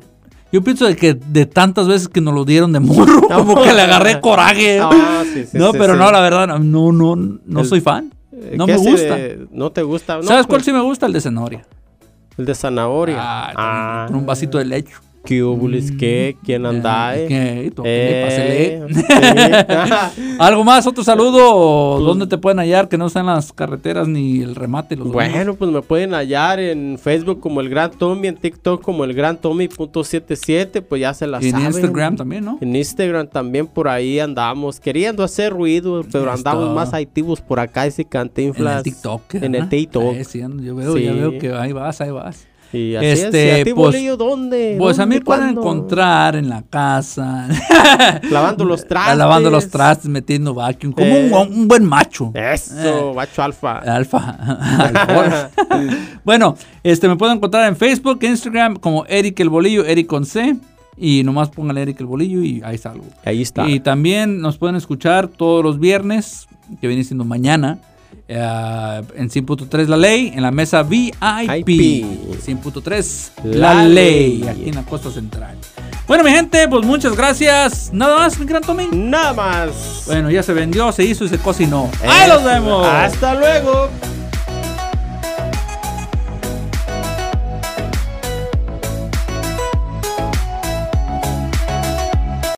[SPEAKER 8] Yo pienso de que de tantas veces que nos lo dieron de morro, como que le agarré coraje.
[SPEAKER 7] Ah, sí, sí,
[SPEAKER 8] no,
[SPEAKER 7] sí,
[SPEAKER 8] pero
[SPEAKER 7] sí.
[SPEAKER 8] no, la verdad, no, no, no, no
[SPEAKER 7] El-
[SPEAKER 8] soy fan.
[SPEAKER 7] Eh,
[SPEAKER 8] No
[SPEAKER 7] ¿qué
[SPEAKER 8] me
[SPEAKER 7] ese
[SPEAKER 8] gusta.
[SPEAKER 7] de- no te gusta. No,
[SPEAKER 8] ¿Sabes cuál
[SPEAKER 7] pues,
[SPEAKER 8] sí me gusta? El de zanahoria.
[SPEAKER 7] El de zanahoria.
[SPEAKER 8] Ah,
[SPEAKER 7] Ah,
[SPEAKER 8] con un vasito de leche. Mm.
[SPEAKER 7] ¿Qué óvulis, qué? ¿Quién andae?
[SPEAKER 8] ¿Qué? Tú,
[SPEAKER 7] Eh, sí.
[SPEAKER 8] pásele.
[SPEAKER 7] Pues,
[SPEAKER 8] Algo más, otro saludo. ¿Dónde te pueden hallar? Que no sean las carreteras ni el remate. Los domingos.
[SPEAKER 7] Bueno, pues me pueden hallar en Facebook como el Gran Tommy, en TikTok como el Gran Tommy.77, pues ya se la
[SPEAKER 8] Y en
[SPEAKER 7] saben.
[SPEAKER 8] Instagram también, ¿no?
[SPEAKER 7] En Instagram también por ahí andamos queriendo hacer ruido, pero
[SPEAKER 8] Esto.
[SPEAKER 7] andamos más activos por acá ese
[SPEAKER 8] En
[SPEAKER 7] cantinflas.
[SPEAKER 8] el TikTok.
[SPEAKER 7] En el
[SPEAKER 8] ajá.
[SPEAKER 7] TikTok.
[SPEAKER 8] Eh, sí, ando, yo veo,
[SPEAKER 7] Sí.
[SPEAKER 8] ya veo que ahí vas, ahí vas.
[SPEAKER 7] Y así
[SPEAKER 8] Este,
[SPEAKER 7] es. ¿Y a ti,
[SPEAKER 8] pues-
[SPEAKER 7] bolillo, dónde?
[SPEAKER 8] Pues a mí me
[SPEAKER 7] ¿Dónde?
[SPEAKER 8] pueden
[SPEAKER 7] ¿Cuándo?
[SPEAKER 8] encontrar en la casa.
[SPEAKER 7] Lavando los trastes.
[SPEAKER 8] Lavando los trastes, metiendo vacuum. Como
[SPEAKER 7] Eh.
[SPEAKER 8] un, un buen macho.
[SPEAKER 7] Eso,
[SPEAKER 8] Eh.
[SPEAKER 7] macho alfa.
[SPEAKER 8] Alfa. Alfa. bueno, este me pueden encontrar en Facebook, Instagram, como Eric el Bolillo, Eric con C. Y nomás pónganle Eric el Bolillo y ahí salgo.
[SPEAKER 7] Ahí está.
[SPEAKER 8] Y también nos pueden escuchar todos los viernes, que viene siendo mañana, eh, en 100.3 La Ley, en la mesa VIP.
[SPEAKER 7] IP.
[SPEAKER 8] 100.3
[SPEAKER 7] La
[SPEAKER 8] La, ley.
[SPEAKER 7] Ley.
[SPEAKER 8] aquí en la costa central. Bueno, mi gente, pues muchas gracias. Nada más, mi gran Tommy.
[SPEAKER 7] Mm. Nada más.
[SPEAKER 8] Bueno, ya se vendió, se hizo y se cocinó. ¡Ahí los vemos!
[SPEAKER 7] Hasta luego.